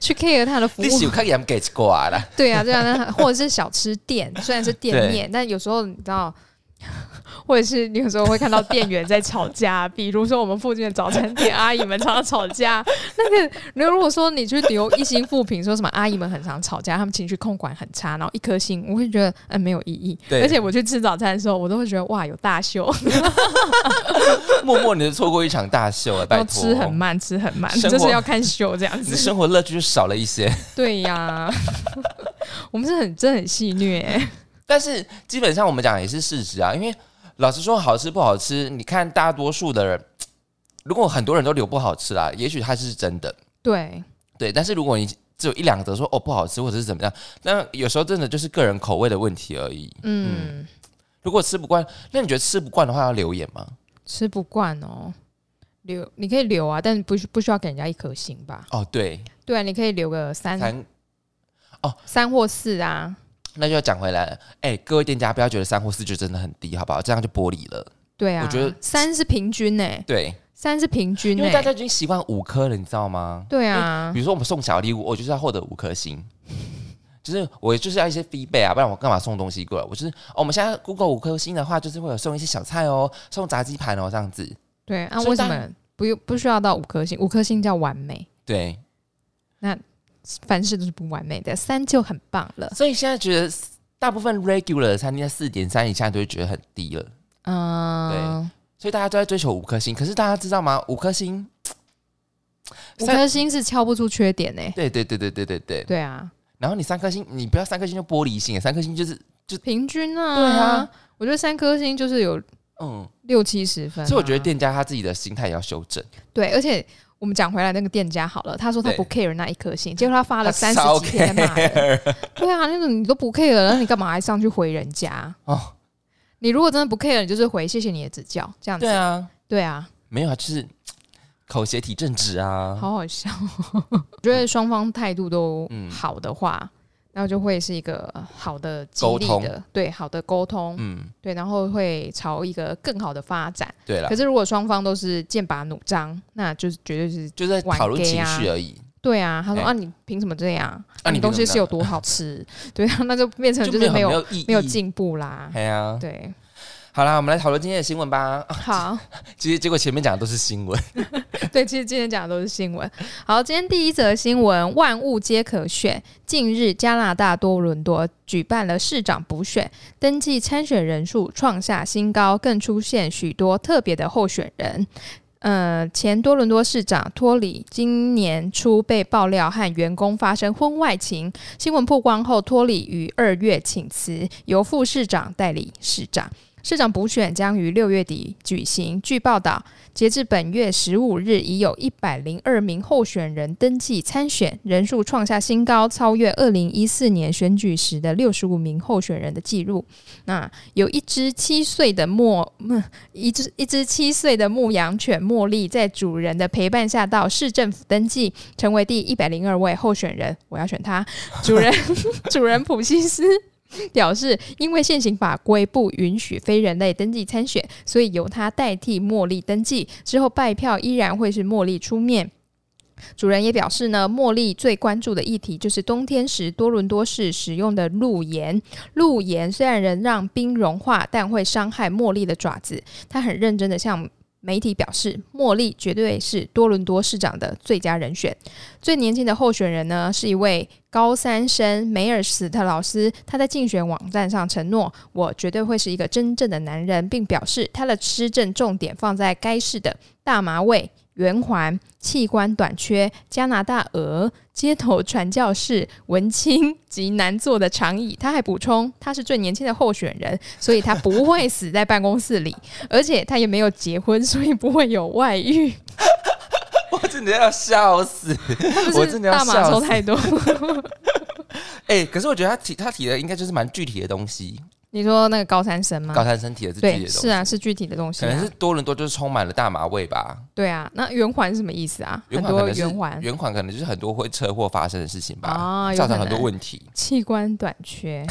Speaker 1: 去 care 他的服务
Speaker 2: 你，是有看给他们给过 来啦，
Speaker 1: 对啊，对啊，那或者是小吃店，虽然是店面，但有时候你知道，或者是你有时候会看到店员在吵架，比如说我们附近的早餐店阿姨们常常吵架。那个，你如果说你去留一星负评，说什么阿姨们很常吵架，他们情绪控管很差，然后一颗星，我会觉得嗯、没有意义。
Speaker 2: 对
Speaker 1: 而且我去吃早餐的时候，我都会觉得哇有大秀，
Speaker 2: 默默你就错过一场大秀了，啊
Speaker 1: 然
Speaker 2: 拜
Speaker 1: 后
Speaker 2: 托。
Speaker 1: 吃很慢，吃很慢，
Speaker 2: 生活
Speaker 1: 就是要看秀这样
Speaker 2: 你的
Speaker 1: 子。
Speaker 2: 生活乐趣就少了一些，
Speaker 1: 对呀、 我们是很真的很戏虐、欸，
Speaker 2: 但是基本上我们讲也是事实啊，因为老实说，好吃不好吃，你看大多数的人，如果很多人都留不好吃啦，也许它是真的，
Speaker 1: 对。
Speaker 2: 对。但是如果你只有一两则说哦不好吃或者是怎么样，那有时候真的就是个人口味的问题而已。
Speaker 1: 嗯，
Speaker 2: 如果吃不惯，那你觉得吃不惯的话要留言吗？
Speaker 1: 吃不惯哦，留你可以留啊，但不需不需要给人家一颗星吧？
Speaker 2: 哦，对，
Speaker 1: 对啊，你可以留个三
Speaker 2: 三，
Speaker 1: 三或四啊。
Speaker 2: 那就要讲回来了。哎、各位店家不要觉得三或四就真的很低，好不好？这样就玻璃了。
Speaker 1: 对啊，
Speaker 2: 我觉得
Speaker 1: 三是平均呢、
Speaker 2: 对，
Speaker 1: 三是平均
Speaker 2: 因
Speaker 1: 呢、
Speaker 2: 为大家已哎经习惯五颗了，你知道吗？
Speaker 1: 对啊
Speaker 2: 比，如说我们送小礼物，我就是要获得五颗星，就是我就是要一些 feedback 啊，不然我干嘛送东西过来？我就是哦，我们现在 Google 五颗星的话，就是会有送一些小菜哦，送炸鸡盘哦，这样子。
Speaker 1: 对啊，
Speaker 2: 所以
Speaker 1: 为什
Speaker 2: 当
Speaker 1: 么不用不需要到五颗星？五颗星叫完美，
Speaker 2: 对，
Speaker 1: 凡事都是不完美的，三就很棒了。
Speaker 2: 所以现在觉得大部分 regular 的餐厅在四点三以下都会觉得很低了，
Speaker 1: 嗯，
Speaker 2: 所以大家都在追求五颗星。可是大家知道吗？五颗星，
Speaker 1: 五
Speaker 2: 三
Speaker 1: 颗星是敲不出缺点呢、
Speaker 2: 对对对对对对对。
Speaker 1: 对啊，
Speaker 2: 然后你三颗星，你不要三颗星就玻璃心，三颗星就是
Speaker 1: 平均啊，
Speaker 2: 对啊，
Speaker 1: 我觉得三颗星就是有
Speaker 2: 嗯。
Speaker 1: 六七十分啊、
Speaker 2: 所以我觉得店家他自己的心态也要修正。
Speaker 1: 对，而且我们讲回来那个店家好了，他说他
Speaker 2: 对
Speaker 1: 不 care 那一颗星，结果他发了
Speaker 2: 他
Speaker 1: 三
Speaker 2: 超
Speaker 1: 十几天在骂人。
Speaker 2: care
Speaker 1: 对啊，那种你都不 care 了，那你干嘛还上去回人家？
Speaker 2: 哦，
Speaker 1: 你如果真的不 care，你就是回谢谢你的指教，这样子。
Speaker 2: 对啊，
Speaker 1: 对啊，
Speaker 2: 没有啊，就是口协体正直啊。
Speaker 1: 好好笑哦。我觉得双方态度都
Speaker 2: 嗯
Speaker 1: 好的话，那就会是一个好的激
Speaker 2: 沟
Speaker 1: 励
Speaker 2: 通
Speaker 1: 的，对，好的沟通，
Speaker 2: 嗯，
Speaker 1: 对，然后会朝一个更好的发展。
Speaker 2: 对了
Speaker 1: 可，是如果双方都是剑拔弩张，那就是绝对是
Speaker 2: 就是在讨论
Speaker 1: 玩 gay
Speaker 2: 情
Speaker 1: 啊
Speaker 2: 绪而已，
Speaker 1: 对啊，他说、
Speaker 2: 哎
Speaker 1: 啊，你凭什么这样？
Speaker 2: 啊你
Speaker 1: 你东西
Speaker 2: 凭什么这样
Speaker 1: 是有多好吃？ 对啊，那就变成
Speaker 2: 就是没
Speaker 1: 没有
Speaker 2: 有意义
Speaker 1: 没有。进步啦。
Speaker 2: 哎呀，
Speaker 1: 对，
Speaker 2: 好啦，我们来讨论今天的新闻吧。 啊
Speaker 1: 好，
Speaker 2: 其实结果前面讲的都是新闻，
Speaker 1: 对，其实今天讲的都是新闻。好，今天第一则新闻，万物皆可选。近日，加拿大多伦多举办了市长补选，登记参选人数创下新高，更出现许多特别的候选人。呃，前多伦多市长托里今年初被爆料和员工发生婚外情，新闻曝光后，托里于二月请辞，由副市长代理市长。市长补选将于六月底举行。据报道，截至本月十五日，已有一百零二名候选人登记参选，人数创下新高，超越二零一四年选举时的六十五名候选人的记录。那有一只七岁的牧，嗯一只一只七岁的牧羊犬茉莉，在主人的陪伴下到市政府登记，成为第一百零二位候选人。我要选它，主人 主人普西斯。 表示，因为现行法规不允许非人类登记参选，所以由他代替茉莉登记。之后拜票依然会是茉莉出面。主人也表示呢，茉莉最关注的议题就是冬天时多伦多市使用的路盐。路盐虽然能让冰融化，但会伤害茉莉的爪子。他很认真的向媒体表示，茉莉绝对是多伦多市长的最佳人选。最年轻的候选人呢，是一位高三生梅尔史特老师。他在竞选网站上承诺：“我绝对会是一个真正的男人。”并表示他的施政重点放在该市的大麻味、圆环、器官短缺、加拿大鹅、街头传教士、文青及难做的长椅。他还补充，他是最年轻的候选人，所以他不会死在办公 室里，而且他也没有结婚，所以不会有外遇。
Speaker 2: 我真的要笑死！
Speaker 1: 他不
Speaker 2: 我
Speaker 1: 是
Speaker 2: 真的要
Speaker 1: 大麻
Speaker 2: 笑
Speaker 1: 抽
Speaker 2: 死
Speaker 1: 太多。
Speaker 2: 哎、可是我觉得他提他提的应该就是蛮具体的东西，
Speaker 1: 你说那个高三生吗？
Speaker 2: 高三身体的是具
Speaker 1: 嗯
Speaker 2: 体
Speaker 1: 对，
Speaker 2: 的东
Speaker 1: 是
Speaker 2: 西，
Speaker 1: 啊，是具体的东西、
Speaker 2: 可
Speaker 1: 啊。
Speaker 2: 能是多伦多就是充满了大麻味吧。
Speaker 1: 对啊，那圆环是什么意思啊？
Speaker 2: 圆
Speaker 1: 很
Speaker 2: 环可
Speaker 1: 多
Speaker 2: 能是
Speaker 1: 圆环，
Speaker 2: 圆环可能就是很多会车祸发生的事情吧，
Speaker 1: 啊有
Speaker 2: 造
Speaker 1: 可
Speaker 2: 成很多
Speaker 1: 能
Speaker 2: 问题。
Speaker 1: 器官短 缺，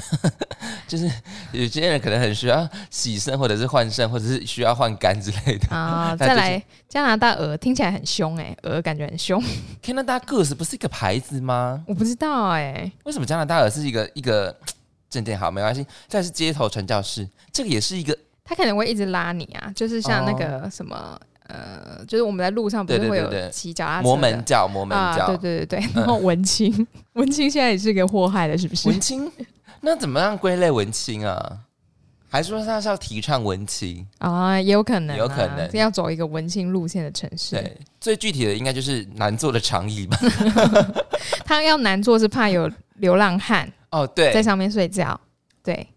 Speaker 2: 就是有些人可能很需要洗肾，或者是换肾，或者是需要换肝之类的。
Speaker 1: 啊，
Speaker 2: 那就
Speaker 1: 再
Speaker 2: 是
Speaker 1: 来加拿大鹅听起来很凶哎、鹅感觉很凶，
Speaker 2: 加拿大 Goose 不是一个牌子吗？
Speaker 1: 我不知道哎、
Speaker 2: 为什么加拿大鹅是一个一个正点？好，没关系。再来是街头传教士，这个也是一个
Speaker 1: 它可能会一直拉你啊，就是像那个什么、呃，就是我们在路上不
Speaker 2: 哦对
Speaker 1: 是
Speaker 2: 对
Speaker 1: 会
Speaker 2: 对
Speaker 1: 有
Speaker 2: 对
Speaker 1: 骑脚踏车的
Speaker 2: 摩门教，摩门嗯教。
Speaker 1: 啊，对对对对，然后文青，文青现在也是个祸害了，是不是？
Speaker 2: 文青，那怎么样归类文青啊？还是说他是要提倡文青？
Speaker 1: 啊，也有可能、啊，
Speaker 2: 有可能
Speaker 1: 要走一个文青路线的城市。
Speaker 2: 对，最具体的应该就是难做的长 椅吧。
Speaker 1: 他要难做是怕有流浪汉
Speaker 2: 哦，
Speaker 1: 在
Speaker 2: 对，
Speaker 1: 上面睡觉。对，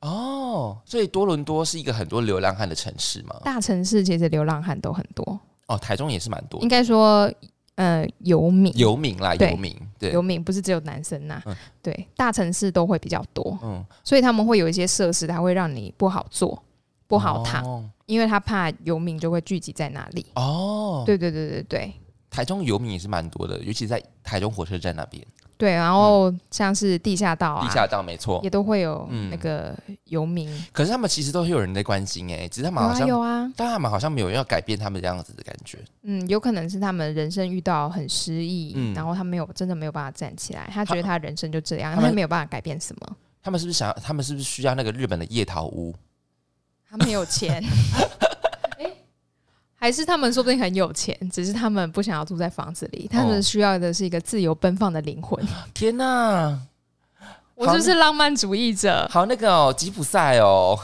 Speaker 2: 哦，所以多伦多是一个很多流浪汉的城市嘛。
Speaker 1: 大城市其实流浪汉都很多，
Speaker 2: 哦，台中也是蛮多
Speaker 1: 应该说呃游民，
Speaker 2: 游民啦，
Speaker 1: 对
Speaker 2: 游民，对，
Speaker 1: 游民不是只有男生呐、
Speaker 2: 嗯
Speaker 1: 对，大城市都会比较多，
Speaker 2: 嗯，
Speaker 1: 所以他们会有一些设施，它会让你不好坐、不好躺，
Speaker 2: 哦
Speaker 1: 因为他怕游民就会聚集在那里。
Speaker 2: 哦，
Speaker 1: 对对对对对
Speaker 2: 台中游民也是蛮多的，尤其在台中火车站那边，
Speaker 1: 对，然后像是地下道啊，
Speaker 2: 嗯地下道没错
Speaker 1: 也。都会有
Speaker 2: 嗯
Speaker 1: 那个游民，
Speaker 2: 可是他们其实都会有人在关心哎、只是他
Speaker 1: 有
Speaker 2: 们好
Speaker 1: 啊
Speaker 2: 像，
Speaker 1: 有啊，
Speaker 2: 但他们好像没有要改变他们这样子的感觉。
Speaker 1: 嗯，有可能是他们人生遇到很失意，
Speaker 2: 嗯
Speaker 1: 然后他没有真的没有办法站起来，他觉得他人生就这样，
Speaker 2: 他
Speaker 1: 他
Speaker 2: 们
Speaker 1: 没有办法改变什么，
Speaker 2: 他们是不是想要？他们是不是需要那个日本的夜桃屋？
Speaker 1: 他没有 钱。诶还是他们说不定很有钱，只是他们不想要住在房子里，他
Speaker 2: 哦
Speaker 1: 们需要的是一个自由奔放的灵 魂。
Speaker 2: 天哪，
Speaker 1: 我是不是浪漫主义者？
Speaker 2: 好那个哦，吉普赛哦，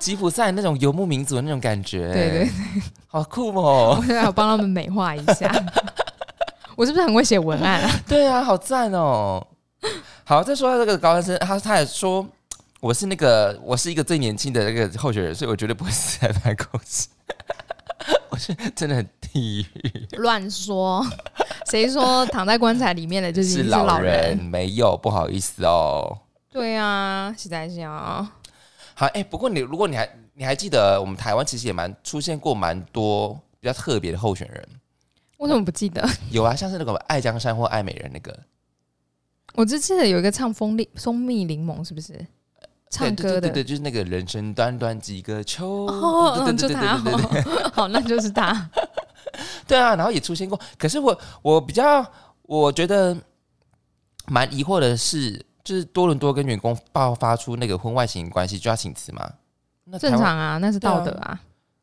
Speaker 2: 吉普赛那种游牧民族的那种感觉，
Speaker 1: 对 对，
Speaker 2: 好酷哦
Speaker 1: 我！还要帮他们美化一 下。我是不是很会写文案啊？
Speaker 2: 对啊，好赞哦。好，再说到这个高中生，他他也说我是那个我是一个最年轻的那个候选人，所以我绝对不会死在办公室。 我是真的很地狱，
Speaker 1: 乱说，谁说躺在棺材里面的就是
Speaker 2: 是
Speaker 1: 老
Speaker 2: 老人，没有不好意思哦。
Speaker 1: 对啊，实在是啊。
Speaker 2: 好，哎、不过你如果你还你还记得，我们台湾其实也蛮出现过蛮多比较特别的候选人，
Speaker 1: 我怎么不记得？
Speaker 2: 有啊，像是那个爱江山或爱美人那个
Speaker 1: 我只记得有一个唱蜂蜜蜂蜜柠檬，是不是？唱
Speaker 2: 对
Speaker 1: 歌的
Speaker 2: 对对对，就是那个人生短短几个秋，
Speaker 1: 哦，
Speaker 2: 对
Speaker 1: 嗯
Speaker 2: 对
Speaker 1: 就
Speaker 2: 对
Speaker 1: 他
Speaker 2: 对对对对，
Speaker 1: 哦， 好，那就是他。
Speaker 2: 对啊，然后也出现过。可是我我比较我觉得蛮疑惑的是，就是多伦多跟员工爆发出那个婚外情关系就要请辞吗？那台
Speaker 1: 正
Speaker 2: 湾
Speaker 1: 常啊，那是道德啊，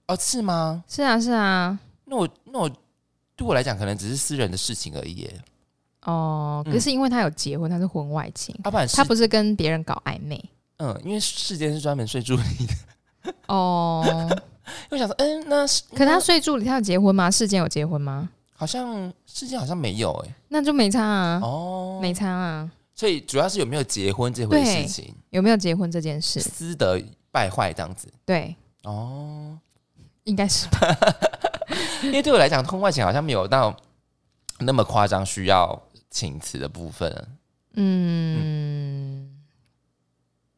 Speaker 2: 哦，是吗？
Speaker 1: 是啊，是啊。
Speaker 2: 那我那我对我来讲，可能只是私人的事情而已耶，
Speaker 1: 哦，
Speaker 2: 嗯
Speaker 1: 可是因为他有结婚，他是婚外情，
Speaker 2: 啊要不然是
Speaker 1: 他不是跟别人搞暧昧
Speaker 2: 嗯，因为世间是专门睡助理的。
Speaker 1: 哦。
Speaker 2: 我想说，嗯，那是
Speaker 1: 可他
Speaker 2: 那
Speaker 1: 睡助理，他有结婚吗？世间有结婚吗？
Speaker 2: 好像世间好像没有哎、
Speaker 1: 那就没差啊，
Speaker 2: 哦，
Speaker 1: 没差啊。
Speaker 2: 所以主要是有没有结婚这回
Speaker 1: 对
Speaker 2: 事情，
Speaker 1: 有没有结婚这件事？
Speaker 2: 私德败坏这样子
Speaker 1: 对，
Speaker 2: 哦。
Speaker 1: 应该是吧。
Speaker 2: 因为对我来讲，通话前好像没有到那么夸张需要请辞的部分。
Speaker 1: 嗯，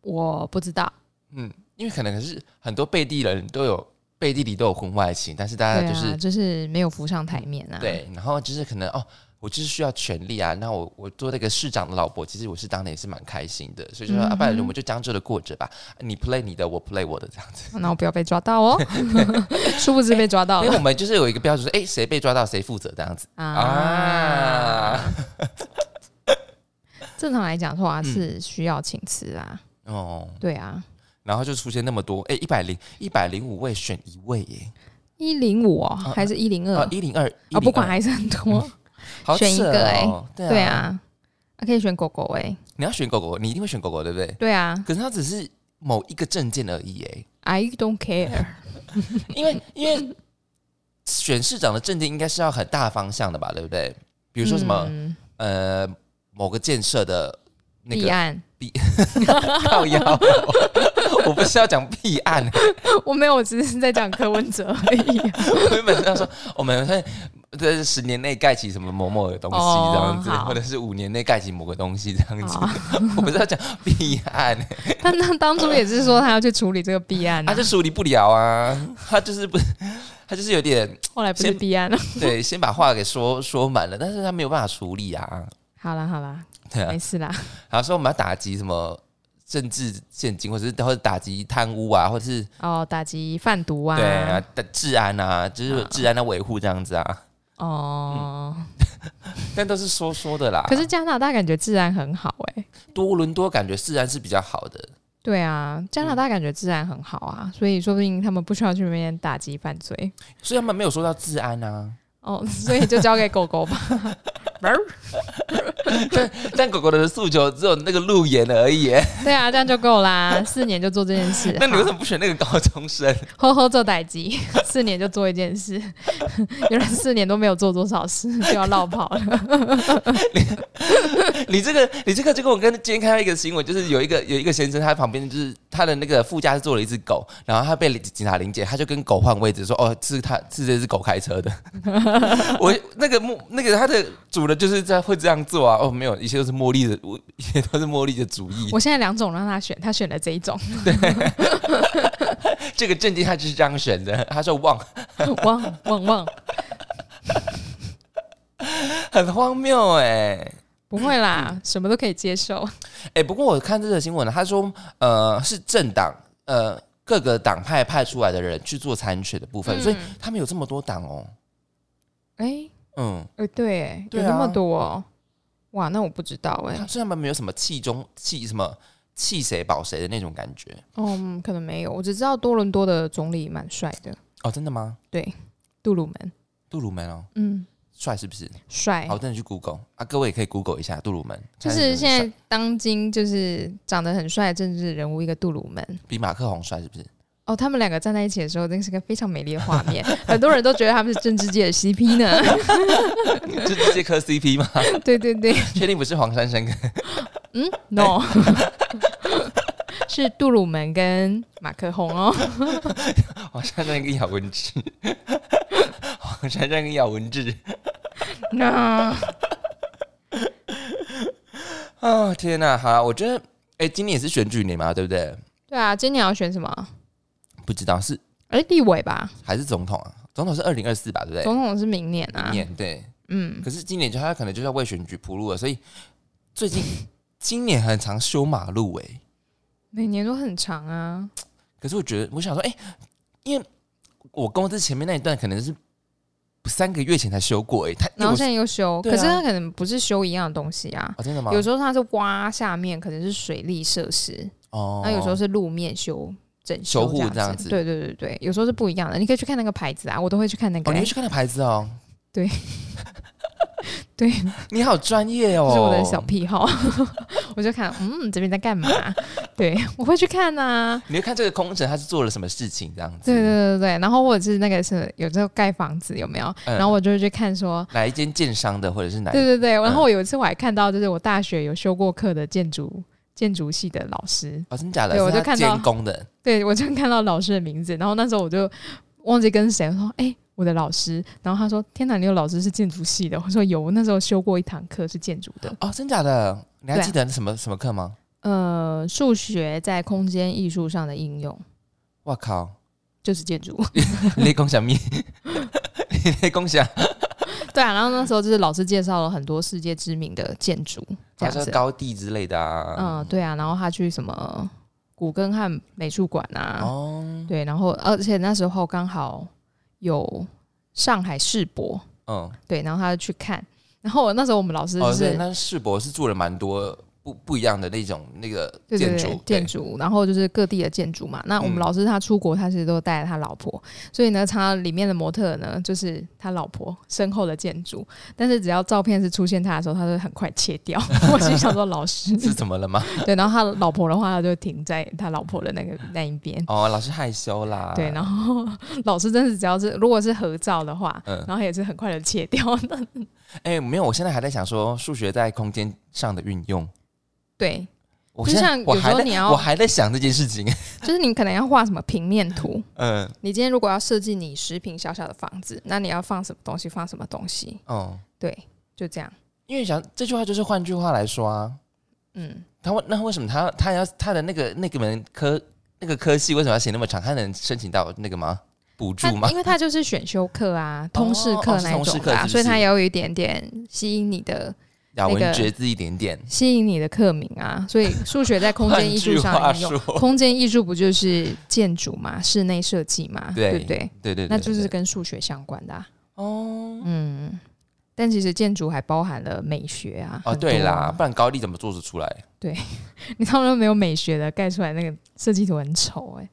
Speaker 1: 我不知道。
Speaker 2: 嗯，因为可能是很多背地人都有背地里都有婚外情，但是大家
Speaker 1: 对
Speaker 2: 哎就是
Speaker 1: 啊，就是没有浮上台面啊。，
Speaker 2: 对，然后就是可能哦，我就是需要权利啊。那我我做那个市长的老婆，其实我是当的也是蛮开心的，所以就说、
Speaker 1: 嗯哼
Speaker 2: 啊，不然我们就将就的过着吧。你 play 你的，我 play 我的这样子。
Speaker 1: 那我不要被抓到 哦，殊不知被抓到
Speaker 2: 因为
Speaker 1: 了
Speaker 2: 我们就是有一个标准，说哎，谁被抓到谁负责这样子
Speaker 1: 啊。
Speaker 2: 啊。
Speaker 1: 正常来讲的话
Speaker 2: 嗯
Speaker 1: 是需要请辞啊，
Speaker 2: 哦，
Speaker 1: 对啊，
Speaker 2: 然后就出现那么多，哎，一百零一百零五位选一位耶，
Speaker 1: 一零五哦，
Speaker 2: 啊
Speaker 1: 还是一零二
Speaker 2: 啊，一零二
Speaker 1: 啊？不管还是很多，
Speaker 2: 好
Speaker 1: 选一
Speaker 2: 扯
Speaker 1: 个哎
Speaker 2: 哦对啊，
Speaker 1: 对啊，啊可以选狗狗哎，
Speaker 2: 你要选狗狗，你一定会选狗狗，对不对？
Speaker 1: 对啊
Speaker 2: 可是它只是某一个证件而已，哎，
Speaker 1: ，I don't care，
Speaker 2: 因 为因为选市长的政见应该是要很大方向的吧，对不对？
Speaker 1: 比
Speaker 2: 比如说什么、呃某个建设的那
Speaker 1: 嗯立
Speaker 2: 个
Speaker 1: 案，
Speaker 2: 靠腰， 我不是要讲弊案，
Speaker 1: 我没有，我只是在讲柯文哲而已。啊
Speaker 2: 我原本是要说我们会在十年内盖起什么某某的东西
Speaker 1: 哦
Speaker 2: 这样子，
Speaker 1: 好
Speaker 2: 或者是五年内盖起某个东西这样子，
Speaker 1: 哦
Speaker 2: 我不是要讲弊 案，
Speaker 1: 他当当初也是说他要去处理这个弊案、
Speaker 2: 他
Speaker 1: 啊，
Speaker 2: 就处理不了啊，他就是不，他就是有点
Speaker 1: 后来不是弊案了。
Speaker 2: 对，先把话给说说满了，但是他没有办法处理啊，
Speaker 1: 好啦好啦，
Speaker 2: 对啊
Speaker 1: 没，事啦。
Speaker 2: 然后说我们要打击什么政治现金，或者是或者打击贪污啊，或者是、
Speaker 1: 哦，打击贩毒啊，
Speaker 2: 对啊，的治安啊，就是
Speaker 1: 啊
Speaker 2: 治安的维护这样子啊，
Speaker 1: 哦、
Speaker 2: 嗯但都是说说的啦。
Speaker 1: 可是加拿大感觉治安很好哎、
Speaker 2: 多伦多感觉治安是比较好的，
Speaker 1: 对啊，加拿
Speaker 2: 嗯
Speaker 1: 大感觉治安很好啊，所以说不定他们不需要去那边打击犯罪
Speaker 2: 所以他们没有说到治安啊。
Speaker 1: 哦， 所以就交给狗狗吧。
Speaker 2: 但狗狗的诉求只有那个路演而已耶，
Speaker 1: 对啊，这样就够啦，四年就做这件事。
Speaker 2: 那你为什么不选那个高中生？
Speaker 1: 好呵呵做歹机，四年就做一件事， 原来四年都没有做多少事 就要落跑了。
Speaker 2: 你这个，你这个就跟我跟今天看到一个新闻，就是有一个有一个先生，他旁边就是他的那个副驾是坐了一只狗，然后他被警察临检，他就跟狗换位置，说哦是他是这只狗开车的。 我那个目那个他的主人就是在会这样做啊，哦没有，一切都是茉莉的，我一切都是茉莉的主意。
Speaker 1: 我现在两种让他选，他选了这一 种，
Speaker 2: 这个证件他就是这样选的，他说忘，
Speaker 1: 汪汪汪。
Speaker 2: 很荒谬哎、
Speaker 1: 不会
Speaker 2: 嗯
Speaker 1: 啦，什么都可以接受。
Speaker 2: 哎、不过我看这个新闻呢，他说，呃，是政党，呃，各个党派派出来的人去做参选的部分，
Speaker 1: 嗯
Speaker 2: 所以他们有这么多党哦，
Speaker 1: 哎、
Speaker 2: 嗯，
Speaker 1: 呃，对欸，
Speaker 2: 对
Speaker 1: 有那么
Speaker 2: 啊嗯
Speaker 1: 多哦、哇，那我不知道哎、
Speaker 2: 他所以他们没有什么弃中弃什么弃谁保谁的那种感觉
Speaker 1: 嗯，可能没有，我只知道多伦多的总理蛮帅的，
Speaker 2: 哦，真的吗？
Speaker 1: 杜鲁门，
Speaker 2: 杜鲁门哦，
Speaker 1: 嗯，
Speaker 2: 帅是不是？
Speaker 1: 帅
Speaker 2: 好，，我真的去 Google 啊，各位也可以 Google 一下杜鲁门，
Speaker 1: 哎就
Speaker 2: 看有没
Speaker 1: 是
Speaker 2: 有
Speaker 1: 现在
Speaker 2: 帅
Speaker 1: 当今就是长得很帅的政治人物一个杜鲁门。
Speaker 2: 比马克宏帅是不是？
Speaker 1: 哦，他们两个站在一起的时候，那是个非常美丽的画面，很多人都觉得他们是政治界的 CP 呢。
Speaker 2: 就直接磕 CP 吗？
Speaker 1: 对对对，
Speaker 2: 确定不是黄珊珊跟
Speaker 1: 嗯，no，是杜鲁门跟马克宏哦。
Speaker 2: 黄珊珊跟姚文志， 黄珊珊跟姚文志。
Speaker 1: 那
Speaker 2: 哦，天呐，好啦，我觉得，哎、今年也是选举年嘛，对不对？
Speaker 1: 对啊，今年要选什么？
Speaker 2: 不知道是
Speaker 1: 哎，立委吧，
Speaker 2: 还是总统啊？总统是二零二四吧，对不对？
Speaker 1: 总统是明年啊
Speaker 2: 明。年对，
Speaker 1: 嗯，
Speaker 2: 可是今年就他可能就是要为选举铺路了，所以最近今年很常修马路哎、
Speaker 1: 每年都很长啊。
Speaker 2: 可是我觉得，我想说，哎、因为我公司前面那一段可能是三个月前才修过哎、他
Speaker 1: 然后现
Speaker 2: 因为
Speaker 1: 在又修，
Speaker 2: 对啊
Speaker 1: 可是他可能不是修一样的东西啊
Speaker 2: 我。哦，真的吗？
Speaker 1: 有时候他是挖下面，可能是水利设施，
Speaker 2: 哦，
Speaker 1: 那有时候是路面修整
Speaker 2: 修护
Speaker 1: 这
Speaker 2: 这样
Speaker 1: 子。
Speaker 2: 子
Speaker 1: 对对对对，有时候是不一样的。你可以去看那个牌子啊，我都会去看那个
Speaker 2: 哦，你
Speaker 1: 欸、
Speaker 2: 会去看那牌子哦，
Speaker 1: 对 对，
Speaker 2: 你好专业哦，
Speaker 1: 这是我的小癖好。 我就看，嗯，这边在干 嘛？对，我会去看啊。
Speaker 2: 你会看这个工程他是做了什么事情这样子，
Speaker 1: 对对对对，然后或者是那个是有时候盖房子有没有？
Speaker 2: 嗯
Speaker 1: 然后我就会去看说，
Speaker 2: 哪一间建商的或者是哪一
Speaker 1: 对对对，然
Speaker 2: 嗯
Speaker 1: 后我有一次我还看到，就是我大学有修过课的建筑建筑系的老师，
Speaker 2: 哦，真假的？
Speaker 1: 对我
Speaker 2: 是
Speaker 1: 就
Speaker 2: 他
Speaker 1: 看到
Speaker 2: 监工的，
Speaker 1: 对我就看到老师的名字，然后那时候我就忘记跟谁我说，哎、我的老师，然后他说：“天哪，你有老师是建筑系的？”我说：“有，我那时候修过一堂课是建筑的，
Speaker 2: 哦，真假的？你还
Speaker 1: 对啊
Speaker 2: 记得什么什么课吗？
Speaker 1: 呃，数学在空间艺术上的应用
Speaker 2: 我 靠，
Speaker 1: 就是建筑。
Speaker 2: 你在讲什么？你在讲啥？
Speaker 1: 对啊，然后那时候就是老师介绍了很多世界知名的建筑，这
Speaker 2: 好
Speaker 1: 样
Speaker 2: 像
Speaker 1: 子。
Speaker 2: 高地之类的啊。
Speaker 1: 嗯，对啊，然后他去什么古根汉美术馆啊，
Speaker 2: 哦，
Speaker 1: 对，然后而且那时候刚好有上海世博，
Speaker 2: 嗯，
Speaker 1: 对，然后他就去看。然后我那时候我们老师就
Speaker 2: 哦，
Speaker 1: 是、
Speaker 2: 对，那世博是做了蛮多不不一样的那种那个
Speaker 1: 对对
Speaker 2: 建
Speaker 1: 对
Speaker 2: 筑，
Speaker 1: 建筑，然后就是各地的建筑嘛。那我们
Speaker 2: 嗯
Speaker 1: 老师他出国，他其实都带了他老婆，所以呢，他里面的模特儿呢就是他老婆身后的建筑。但是只要照片是出现他的时候，他就很快切 掉。我心想说，老师
Speaker 2: 对是怎么 了吗？
Speaker 1: 对，然后他老婆的话，他就停在他老婆的那个那一 边。
Speaker 2: 哦，老师害羞啦。
Speaker 1: 对，然后老师真是只要是如果是合照的话，
Speaker 2: 嗯
Speaker 1: 然后也是很快的切掉。
Speaker 2: 哎、没有，我现在还在想说数学在空间上的运用。
Speaker 1: 对，
Speaker 2: 我
Speaker 1: 就
Speaker 2: 现在
Speaker 1: 像
Speaker 2: 我
Speaker 1: 有时
Speaker 2: 还
Speaker 1: 候
Speaker 2: 在
Speaker 1: 你要
Speaker 2: 我还在想这件事情。
Speaker 1: 就是你可能要画什么平面图，
Speaker 2: 嗯，
Speaker 1: 你今天如果要设计你十平小小的房子，那你要放什么东西？放什么东西？
Speaker 2: 哦，
Speaker 1: 对，就这样。
Speaker 2: 因为想这句话就是换句话来说啊，
Speaker 1: 嗯，
Speaker 2: 他为那为什么他他要他的那个那个门科那个科系为什么要写那么长？他能申请到那个吗？补助
Speaker 1: 他
Speaker 2: 吗
Speaker 1: 因？为他就是选修课啊，通识课那一
Speaker 2: 哦是通识
Speaker 1: 种
Speaker 2: 课
Speaker 1: 的、
Speaker 2: 是
Speaker 1: 啊，
Speaker 2: 不是
Speaker 1: 所以他也有一点点吸引你的
Speaker 2: 咬
Speaker 1: 那
Speaker 2: 文
Speaker 1: 个
Speaker 2: 嚼字一点点。
Speaker 1: 吸引你的课名啊。所以数学在空 间
Speaker 2: 换
Speaker 1: 艺
Speaker 2: 句
Speaker 1: 术上的
Speaker 2: 话
Speaker 1: 应用，
Speaker 2: 说，
Speaker 1: 空间艺术不就是建筑嘛，室内设计嘛，
Speaker 2: 对
Speaker 1: 对不对？
Speaker 2: 对对对，
Speaker 1: 那就是
Speaker 2: 对
Speaker 1: 跟数学相关的、啊。
Speaker 2: 哦
Speaker 1: 嗯，但其实建筑还包含了美学啊。
Speaker 2: 哦，
Speaker 1: 很多啊
Speaker 2: 对啦，，不然高丽怎么做得出来？
Speaker 1: 你他们都没有美学的，盖出来那个设计图很丑哎、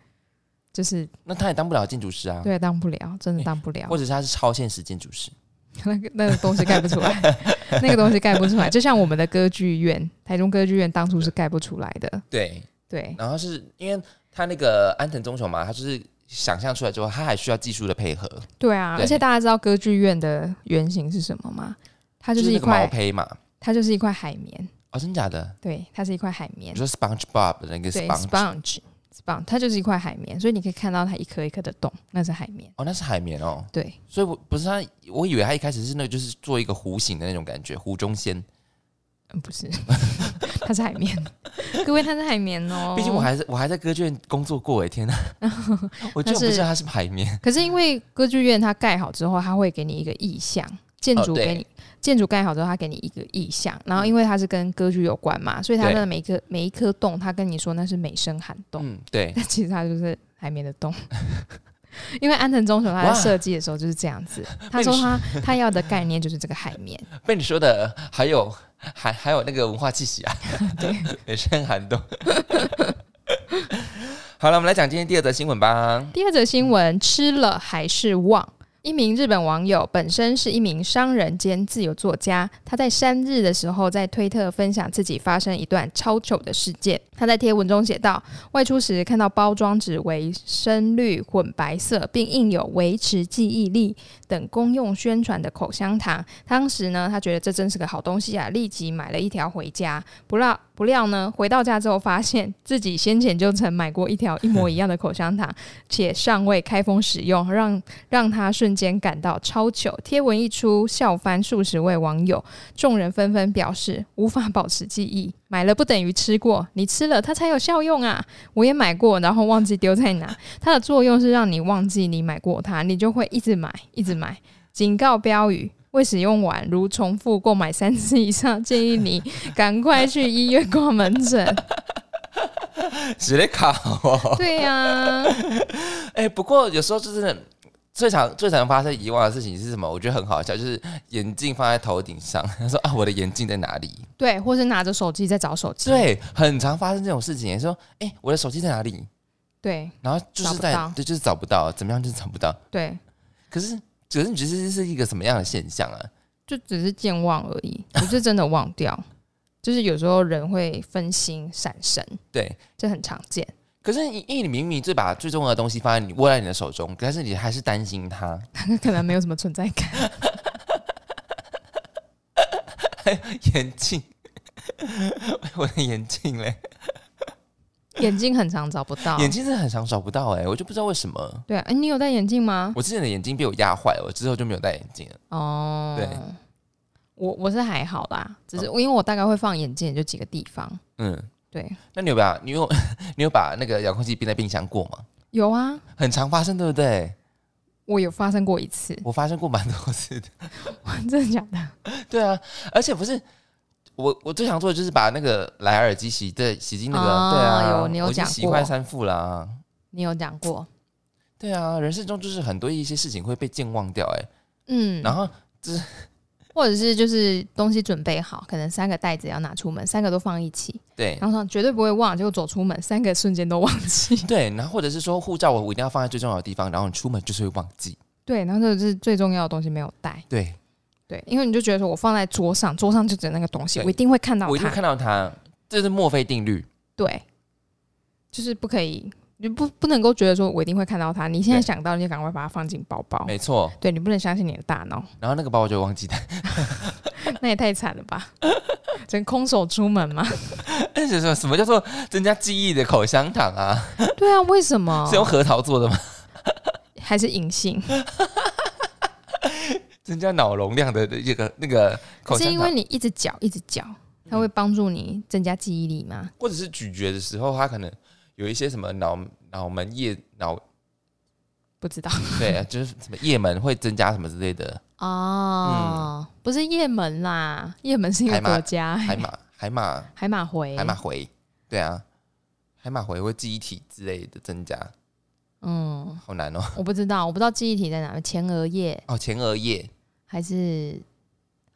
Speaker 1: 就是
Speaker 2: 那他也当不了建筑师啊，
Speaker 1: 对，啊当不了，真的当不了
Speaker 2: 或。者是他是超现实建筑师。
Speaker 1: 那个那个东西盖不出来， 那个东西盖不出来。就像我们的歌剧院，台中歌剧院当初是盖不出来的。
Speaker 2: 对，
Speaker 1: 对，
Speaker 2: 然后是因为他那个安藤忠雄嘛，他就是想象出来之后，他还需要技术的配合，
Speaker 1: 对啊，
Speaker 2: 对
Speaker 1: 而且大家知道歌剧院的原型是什么吗？它
Speaker 2: 就
Speaker 1: 就是一
Speaker 2: 那个毛
Speaker 1: 块，
Speaker 2: 坯嘛。
Speaker 1: 它就是一块海绵。
Speaker 2: 哦，真假的？
Speaker 1: 对，它是一块海绵
Speaker 2: 你。说 SpongeBob 的那个
Speaker 1: 对
Speaker 2: sponge，
Speaker 1: ，sponge sponge，它就是一块海绵，所以你可以看到它一颗一颗的洞，那是海绵。
Speaker 2: 哦，那是海绵哦，
Speaker 1: 对，
Speaker 2: 所以我不是他，我以为他一开始是那个就是做一个弧形的那种感觉，弧中间。
Speaker 1: 嗯，不是， 它是海绵。 各位，它是海绵哦。
Speaker 2: 毕竟我还是我还在歌剧院工作过哎，天 哪！我就
Speaker 1: 但
Speaker 2: 不
Speaker 1: 是
Speaker 2: 知道它是海绵。
Speaker 1: 可是因为歌剧院它盖好之后，它会给你一个意向，建筑
Speaker 2: 哦对嗯
Speaker 1: 给你、建筑盖好之后，它给你一个意向，然后因为它是跟歌剧有关嘛，所以它
Speaker 2: 对
Speaker 1: 的每一个每一颗洞，它跟你说那是美声涵洞，
Speaker 2: 嗯，对。
Speaker 1: 但其实它就是海绵的洞。 因为安藤忠雄他
Speaker 2: 哇
Speaker 1: 在设计的时候就是这样 子，他说他他要的概念就是这个海绵，
Speaker 2: 被你说的还有还还有那个文化气息啊，
Speaker 1: 对，
Speaker 2: 也是 很寒冬。好了，我们来讲今天第二则新闻吧。
Speaker 1: 第二则新闻，吃了还是忘。一名日本网友本身是一名商人兼自由作家，他在三日的时候在推特分享自己发生一段超糗的事件。他在贴文中写道：外出时看到包装纸为深绿混白色，并印有“维持记忆力”等公用宣传的口香糖。当时呢，他觉得这真是个好东西啊，立即买了一条回家。不料不料呢，回到家之后发现自己先前就曾买过一条一模一样的口香糖，且尚未开封使用，让让他瞬间感到超糗。贴文一出，笑翻数十位网友，众人纷纷表示无法保持记忆，买了不等于吃过，你吃了它才有效用啊！我也买过，然后忘记丢在哪，它的作用是让你忘记你买过它，你就会一直买，一直买。警告标语。未使用完，如重复购买三次以上，建议你 赶快去医院挂门诊。
Speaker 2: 史雷卡哦，
Speaker 1: 对啊呀、
Speaker 2: 哎、不过有时候就是最常最常发生遗忘的事情是什么？我觉得很好笑，就是眼镜放在头顶上，他说啊，我的眼镜在哪里？
Speaker 1: 对，或是拿着手机在找手机。
Speaker 2: 对，很常发生这种事情。说哎、我的手机在哪里？
Speaker 1: 对
Speaker 2: 然后就是在
Speaker 1: 找不到
Speaker 2: 对，就是找不到，怎么样就是找不到。
Speaker 1: 对，
Speaker 2: 可是可是你觉得这是一个什么样的现象啊？
Speaker 1: 就只是健忘而已，不是真的忘掉。就是有时候人会分心、闪神，
Speaker 2: 对，
Speaker 1: 这很常见。
Speaker 2: 可是你，因为你明明最把最重要的东西放在你握在你的手中，但是你还是担心它，
Speaker 1: 可能没有什么存在感。
Speaker 2: 眼镜， 我的眼镜嘞，
Speaker 1: 眼镜很常找不到。
Speaker 2: 眼镜是很常找不到哎、我就不知道为什么。
Speaker 1: 对啊，哎、你有戴眼镜吗？
Speaker 2: 我之前的眼镜被我压坏了，我之后就没有戴眼镜了。
Speaker 1: 哦，
Speaker 2: 对，哦
Speaker 1: 我我是还好啦，只是因为我大概会放眼镜，就几个地方。
Speaker 2: 嗯，
Speaker 1: 对，
Speaker 2: 那你有把你有 你有把那个遥控器冰在冰箱过吗？
Speaker 1: 有啊，
Speaker 2: 很常发生，对不对？
Speaker 1: 我有发生过一次，
Speaker 2: 我发生过蛮多次的。
Speaker 1: 真的假的？
Speaker 2: 对啊，而且不是我我最常做的就是把那个莱尔机洗对洗进那个、
Speaker 1: 啊
Speaker 2: 对啊，
Speaker 1: 有你有
Speaker 2: 我已经
Speaker 1: 讲
Speaker 2: 洗
Speaker 1: 过
Speaker 2: 坏三副啦、啊。
Speaker 1: 你有讲过？
Speaker 2: 对啊，人生中就是很多一些事情会被健忘掉哎、
Speaker 1: 嗯，
Speaker 2: 然后
Speaker 1: 或者是就是东西准备好，可能三个袋子要拿出门，三个都放一起，
Speaker 2: 对
Speaker 1: 然后说绝对不会忘，结果走出门，三个瞬间都忘记。
Speaker 2: 对，然后或者是说护照我我一定要放在最重要的地方，然后你出门就是会忘记。
Speaker 1: 对，然后就是最重要的东西没有带。
Speaker 2: 对，
Speaker 1: 对，因为你就觉得说我放在桌上，桌上就只有那个东西，
Speaker 2: 对
Speaker 1: 我一定会看到
Speaker 2: 我一定
Speaker 1: 它。
Speaker 2: 会看到它，这是墨菲定律。
Speaker 1: 对，就是不可以，你不不能够觉得说我一定会看到它。你现在
Speaker 2: 对
Speaker 1: 想到，你就赶快把它放进包包。
Speaker 2: 没错，
Speaker 1: 对你不能相信你的大脑，
Speaker 2: 然后那个包我就忘记带，
Speaker 1: 那也太惨了 吧！整空手出门嘛？
Speaker 2: 但是哎说什么叫做增加记忆的口香糖啊？
Speaker 1: 对啊，为什 么
Speaker 2: 是？用核桃做的吗？
Speaker 1: 还是隐性？
Speaker 2: 增加脑容量的这个那个 口
Speaker 1: 是
Speaker 2: 香
Speaker 1: 因为
Speaker 2: 糖，嗯
Speaker 1: 你一直嚼，一直嚼，它会帮助你增加记忆力吗？
Speaker 2: 或者是咀嚼的时候，它可能有一些什么脑脑门叶脑
Speaker 1: 不 知道
Speaker 2: 对，啊就是什么叶门会增加什么之类的
Speaker 1: 哦，不是也门啦，也门是一个
Speaker 2: 嗯海马
Speaker 1: 国家，
Speaker 2: 海马海马
Speaker 1: 海马回，
Speaker 2: 海马回，对啊，海马回会记忆体之类的增加，
Speaker 1: 嗯，
Speaker 2: 好难哦。
Speaker 1: 我不知道，我不知道记忆体在哪，前额叶
Speaker 2: 哦，前额叶
Speaker 1: 还是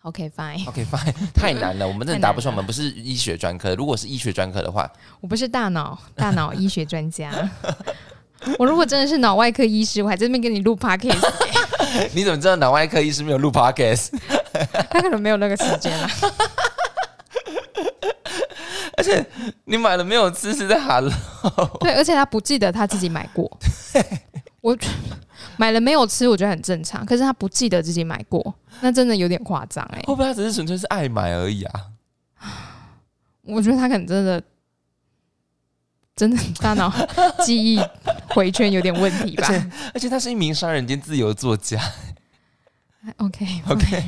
Speaker 1: OK fine，
Speaker 2: ，OK fine，太难了，我们真的答不出来，
Speaker 1: 太难了
Speaker 2: 我们不是医学专科，如果是医学专科 的话，
Speaker 1: 我不是大脑大脑医学专家。 我如果真的是脑外科医师，我还在那边给你录 podcast，
Speaker 2: 你怎么知道脑外科医师没有录 podcast？
Speaker 1: 他可能没有那个时间啦。
Speaker 2: 而且你买了没有吃是在喊了，
Speaker 1: 对，而且他不记得他自己买 过。我买了没有吃，我觉得很正常。可是他不记得自己买过，那真的有点夸张哎。
Speaker 2: 会不会他只是纯粹是爱买而已啊？
Speaker 1: 我觉得他可能真的真的大脑记忆回圈有点问题吧。
Speaker 2: 而且他是一名商人兼自由作家，
Speaker 1: OK OK，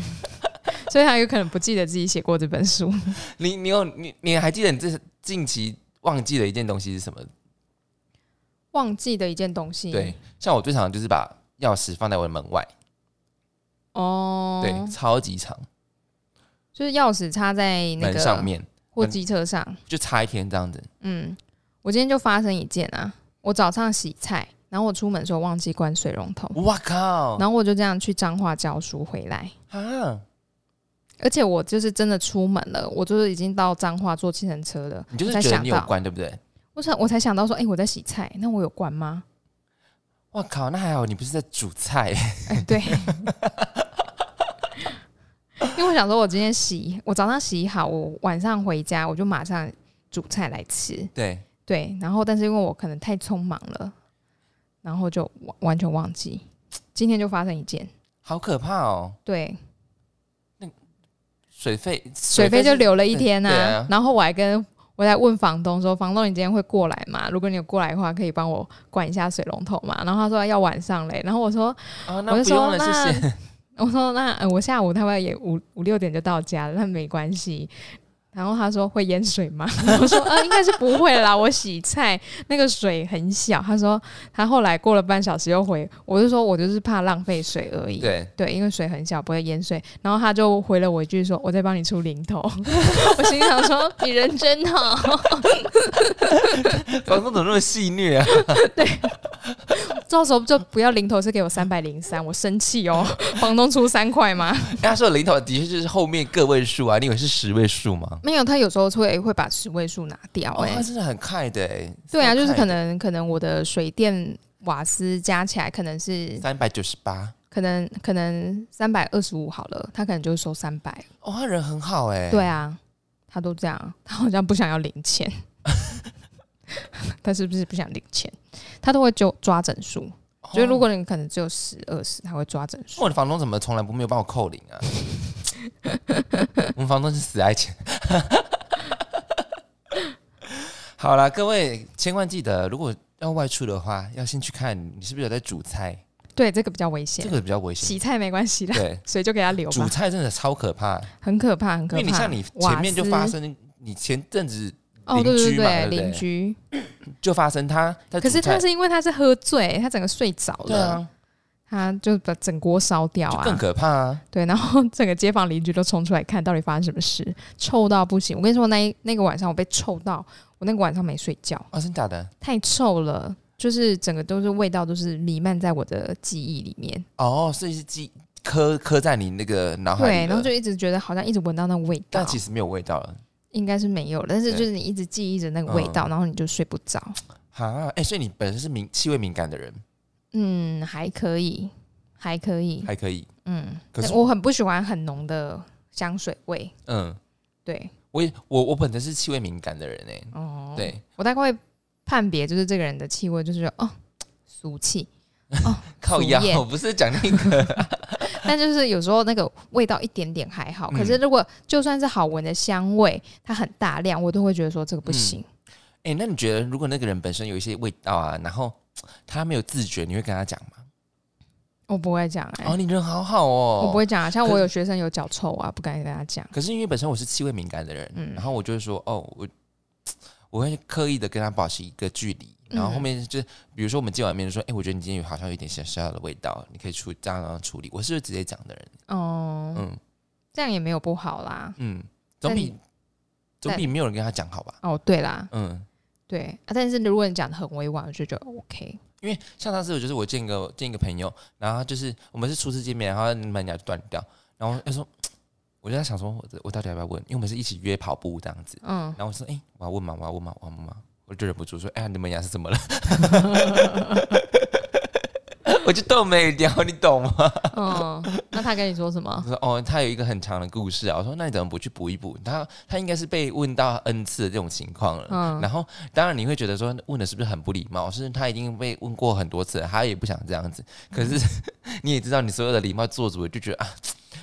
Speaker 1: 所以他有可能不记得自己写过这本书。
Speaker 2: 你你有你你还记得你这近期忘记的一件东西是什么？
Speaker 1: 忘记的一件东西。
Speaker 2: 对，，像我最常就是把钥匙放在我的门外，
Speaker 1: 哦，
Speaker 2: 对，超级长，
Speaker 1: 就是钥匙插在那
Speaker 2: 门
Speaker 1: 个
Speaker 2: 上面
Speaker 1: 或机车上。
Speaker 2: 就插一天这样子。
Speaker 1: 嗯，我今天就发生一件啊，我早上洗菜，然后我出门的时候忘记关水龙头，
Speaker 2: 哇靠！
Speaker 1: 然后我就这样去彰化教书回来。
Speaker 2: 啊，
Speaker 1: 而且我就是真的出门了，我就是已经到彰化坐计程车了。
Speaker 2: 你就
Speaker 1: 我
Speaker 2: 是
Speaker 1: 才
Speaker 2: 觉得
Speaker 1: 想
Speaker 2: 你有
Speaker 1: 到，
Speaker 2: 关对不对？
Speaker 1: 我才我才想到说，哎、我在洗菜，那我有关吗？
Speaker 2: 哇靠，那还好你不是在煮菜，
Speaker 1: 哎、对，因为我想说，我今天洗，我早上洗好，我晚上回家我就马上煮菜来吃。
Speaker 2: 对，
Speaker 1: 对，然后但是因为我可能太匆忙了，然后就完完全忘记。今天就发生一件，
Speaker 2: 好可怕哦，
Speaker 1: 对，
Speaker 2: 水费
Speaker 1: 水费就留了一天呐、
Speaker 2: 对啊
Speaker 1: 然后我还跟我在问房东说：“房东，你今天会过来吗？如果你有过来的话，可以帮我管一下水龙头嘛。”然后他说要晚上嘞，然后我说
Speaker 2: 啊，
Speaker 1: 我
Speaker 2: 那
Speaker 1: 就
Speaker 2: 不
Speaker 1: 说
Speaker 2: 用了，谢 谢。
Speaker 1: 我说那、 呃、我下午大概也五五六点就到家了，那没关系。然后他说会淹水吗？ 我说呃应该是不会啦，我洗菜那个水很小。他说他后来过了半小时又回，我就说我就是怕浪费水而已。
Speaker 2: 对，
Speaker 1: 对，因为水很小，不会淹水。然后他就回了我一句说：“我在帮你出零头。” 我心想说：“你人真哦 好，
Speaker 2: 房东怎么那么戏虐啊？
Speaker 1: 到时候就不要零头，是给我三百零三，我生气哦。房东出三块吗？
Speaker 2: 他说零头的确就是后面个位数啊，你以为是十位数吗？
Speaker 1: 没有，他有时候会会把十位数拿掉、
Speaker 2: 哦，
Speaker 1: 欸。
Speaker 2: 他真的很快的欸，
Speaker 1: 对啊，就是可
Speaker 2: 很
Speaker 1: 能可能我的水电瓦斯加起来可能是
Speaker 2: 三百九十八。
Speaker 1: 可能可能三百二十五好了，他可能就收三百。
Speaker 2: 哦，他人很好哎、
Speaker 1: 对啊，他都这样，他好像不想要零钱，他是不是不想领钱？他都会就抓整数，
Speaker 2: 哦，
Speaker 1: 就是如果你可能只有十二十，他会抓整数。
Speaker 2: 我的房东怎么从 来不没有帮我扣零啊？我们房东是死爱钱， 好啦，各位千万记得，如果要外出的话，要先去看你是不是有在煮菜，
Speaker 1: 对，这个比较危险
Speaker 2: 这，个比较危险。
Speaker 1: 洗菜没关系的，
Speaker 2: 对，
Speaker 1: 水就给它流
Speaker 2: 煮
Speaker 1: 吧，
Speaker 2: 菜真的超可怕，
Speaker 1: 很可怕，很
Speaker 2: 因
Speaker 1: 可怕。
Speaker 2: 为你像你
Speaker 1: 瓦
Speaker 2: 前面就
Speaker 1: 斯
Speaker 2: 发生，你前阵子
Speaker 1: 哦，对
Speaker 2: 邻
Speaker 1: 对，
Speaker 2: 居嘛对不对
Speaker 1: 邻居。
Speaker 2: 就发生他在煮
Speaker 1: 可是他
Speaker 2: 菜
Speaker 1: 是因为他是喝醉，他整个睡着
Speaker 2: 对
Speaker 1: 了，
Speaker 2: 啊，
Speaker 1: 他就把整锅烧掉
Speaker 2: 就
Speaker 1: 啊，
Speaker 2: 更可怕啊。
Speaker 1: 对，然后 整个街坊邻居都冲出来看到底发生什么事，臭到不行。我跟你说，那一那个晚上我被臭到，我那个晚上没睡觉，
Speaker 2: 哦，真假的？
Speaker 1: 太臭了，就是整个都是味道，都是弥漫在我的记忆里面。
Speaker 2: 哦，所以是记刻刻在你那个脑海里
Speaker 1: 对，
Speaker 2: 了。
Speaker 1: 然后就一直觉得好像一直闻到那个味道
Speaker 2: 但，其实没有味道了。
Speaker 1: 应该是没有了，但是
Speaker 2: 对嗯
Speaker 1: 就是你一直记忆着那个味道，然后你就睡不着。
Speaker 2: 哈，哎、所以你本身是敏气味敏感的人，
Speaker 1: 嗯，还可以，还可以，
Speaker 2: 还可以。
Speaker 1: 嗯，
Speaker 2: 可是
Speaker 1: 但我很不喜欢很浓的香水味。
Speaker 2: 嗯，
Speaker 1: 对，
Speaker 2: 我也我我本身是气味敏感的人哎、
Speaker 1: 哦，
Speaker 2: 对，，
Speaker 1: 我大概会判别，就是这个人的气味，就是说哦，俗气，哦
Speaker 2: 靠
Speaker 1: 俗
Speaker 2: 腰，
Speaker 1: 艳
Speaker 2: 我不是讲那个
Speaker 1: 但就是有时候那个味道一点点还好，
Speaker 2: 嗯
Speaker 1: 可是如果就算是好闻的香味，它很大量，我都会觉得说这个
Speaker 2: 嗯
Speaker 1: 不行。
Speaker 2: 哎、那你觉得如果那个人本身有一些味道啊，然后他没有自觉，你会跟他讲吗？
Speaker 1: 我不会讲哎、
Speaker 2: 哦，你人好好哦，
Speaker 1: 我不会讲啊。像
Speaker 2: 可
Speaker 1: 我有学生有脚臭啊，不敢跟他讲。
Speaker 2: 可是因为本身我是气味敏感的人，
Speaker 1: 嗯
Speaker 2: 然后我就会说，哦，我我会刻意的跟他保持一个距离，
Speaker 1: 嗯
Speaker 2: 然后后面就是，比如说我们见完面就说，哎、我觉得你今天有好像有一点小小的味道，你可以处这样这样处理，我是直接讲的人，
Speaker 1: 哦、
Speaker 2: 嗯
Speaker 1: 这样也没有不好啦。
Speaker 2: 嗯，总
Speaker 1: 但
Speaker 2: 比总比没有人跟他讲好吧，
Speaker 1: 哦，对啦，
Speaker 2: 嗯，
Speaker 1: 对啊，但是如果你讲的很委婉，我就觉得 OK。
Speaker 2: 因为像上次我就是我见一个见一个朋友，然后他就是我们是初次见面，然后他门牙就断掉，然后他说，我就在想说，我我到底要不要问，因为我们是一起约跑步这样子，
Speaker 1: 嗯，
Speaker 2: 然后我说：“哎、我要问吗？我要问吗？我要问吗？”我就忍不住说：“哎、呀，你门牙是怎么了？” 我就逗没聊，你懂吗？
Speaker 1: 嗯，那他跟你说什么
Speaker 2: 他？说：“哦，他有一个很长的故事啊。”我说：“那你怎么不去补一补？”他他应该是被问到 n 次的这种情况了。
Speaker 1: 嗯
Speaker 2: 然后当然你会觉得说问的是不是很不礼貌？是他已经被问过很多次了，他也不想这样子。可是、 你也知道，你所有的礼貌做足了，就觉得啊，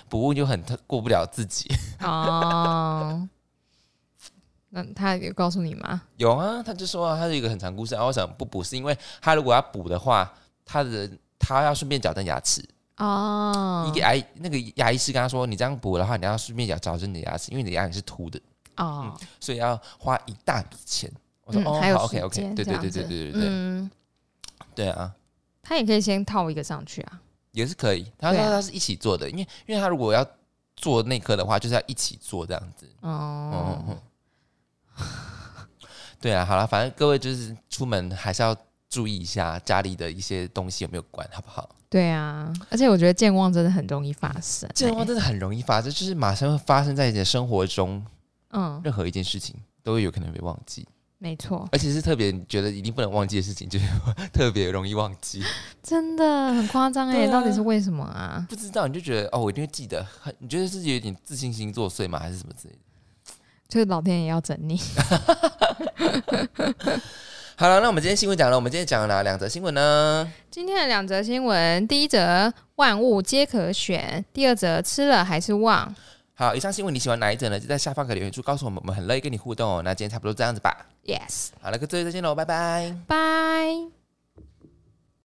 Speaker 2: 不问就很过不了自己。
Speaker 1: 哦，那他有告诉你吗？
Speaker 2: 有啊，他就说、啊、他有一个很长故事，然后我想不补，是因为他如果要补的话，他的他要顺便矫正牙齿。
Speaker 1: 哦
Speaker 2: 一个牙医那个牙医师跟他说，你这样补的话，你要顺便矫矫正你的牙齿，因为你的牙齿是凸的，
Speaker 1: 哦，
Speaker 2: 所以要花一大笔钱。嗯我说、
Speaker 1: 嗯
Speaker 2: 哦，
Speaker 1: 还有
Speaker 2: 好
Speaker 1: 时
Speaker 2: ，OK
Speaker 1: 间
Speaker 2: OK，
Speaker 1: 这
Speaker 2: 对对
Speaker 1: 样
Speaker 2: 对
Speaker 1: 子
Speaker 2: 对对对对，
Speaker 1: 嗯，
Speaker 2: 对啊，
Speaker 1: 他也可以先套一个上去啊。
Speaker 2: 也是可以。他说
Speaker 1: 对啊
Speaker 2: 他是一起做的，因为因为他如果要做内科的话，就是要一起做这样子。
Speaker 1: 哦
Speaker 2: 嗯，嗯， 对啊，好了，反正各位就是出门还是要注意一下家里的一些东西有没有关，好不好？
Speaker 1: 对啊，而且我觉得健忘真的很容易发生欸、
Speaker 2: 健忘真的很容易发生，就是马上会发生在你的生活中，
Speaker 1: 嗯，
Speaker 2: 任何一件事情都会有可能被忘记，
Speaker 1: 没错，
Speaker 2: 而且是特别你觉得一定不能忘记的事情，就是 特别容易忘记。
Speaker 1: 真的很夸张哎，
Speaker 2: 对啊
Speaker 1: 到底是为什么啊？
Speaker 2: 不知道你就觉得哦，我一定会记得，很你觉得自己有点自信心作祟吗？还是什么之类的？
Speaker 1: 就是老天也要整你。
Speaker 2: 好了，那我们今天新闻讲了，我们今天讲了哪两则新闻呢？
Speaker 1: 今天的两则新闻，第一则万物皆可选，第二则吃了还是忘。
Speaker 2: 好，以上新闻你喜欢哪一则呢？就在下方可以留言处告诉我们，我们很乐意跟你互动哦。那今天差不多这样子吧。
Speaker 1: Yes，
Speaker 2: 好了，各位再见喽，拜拜。
Speaker 1: 拜。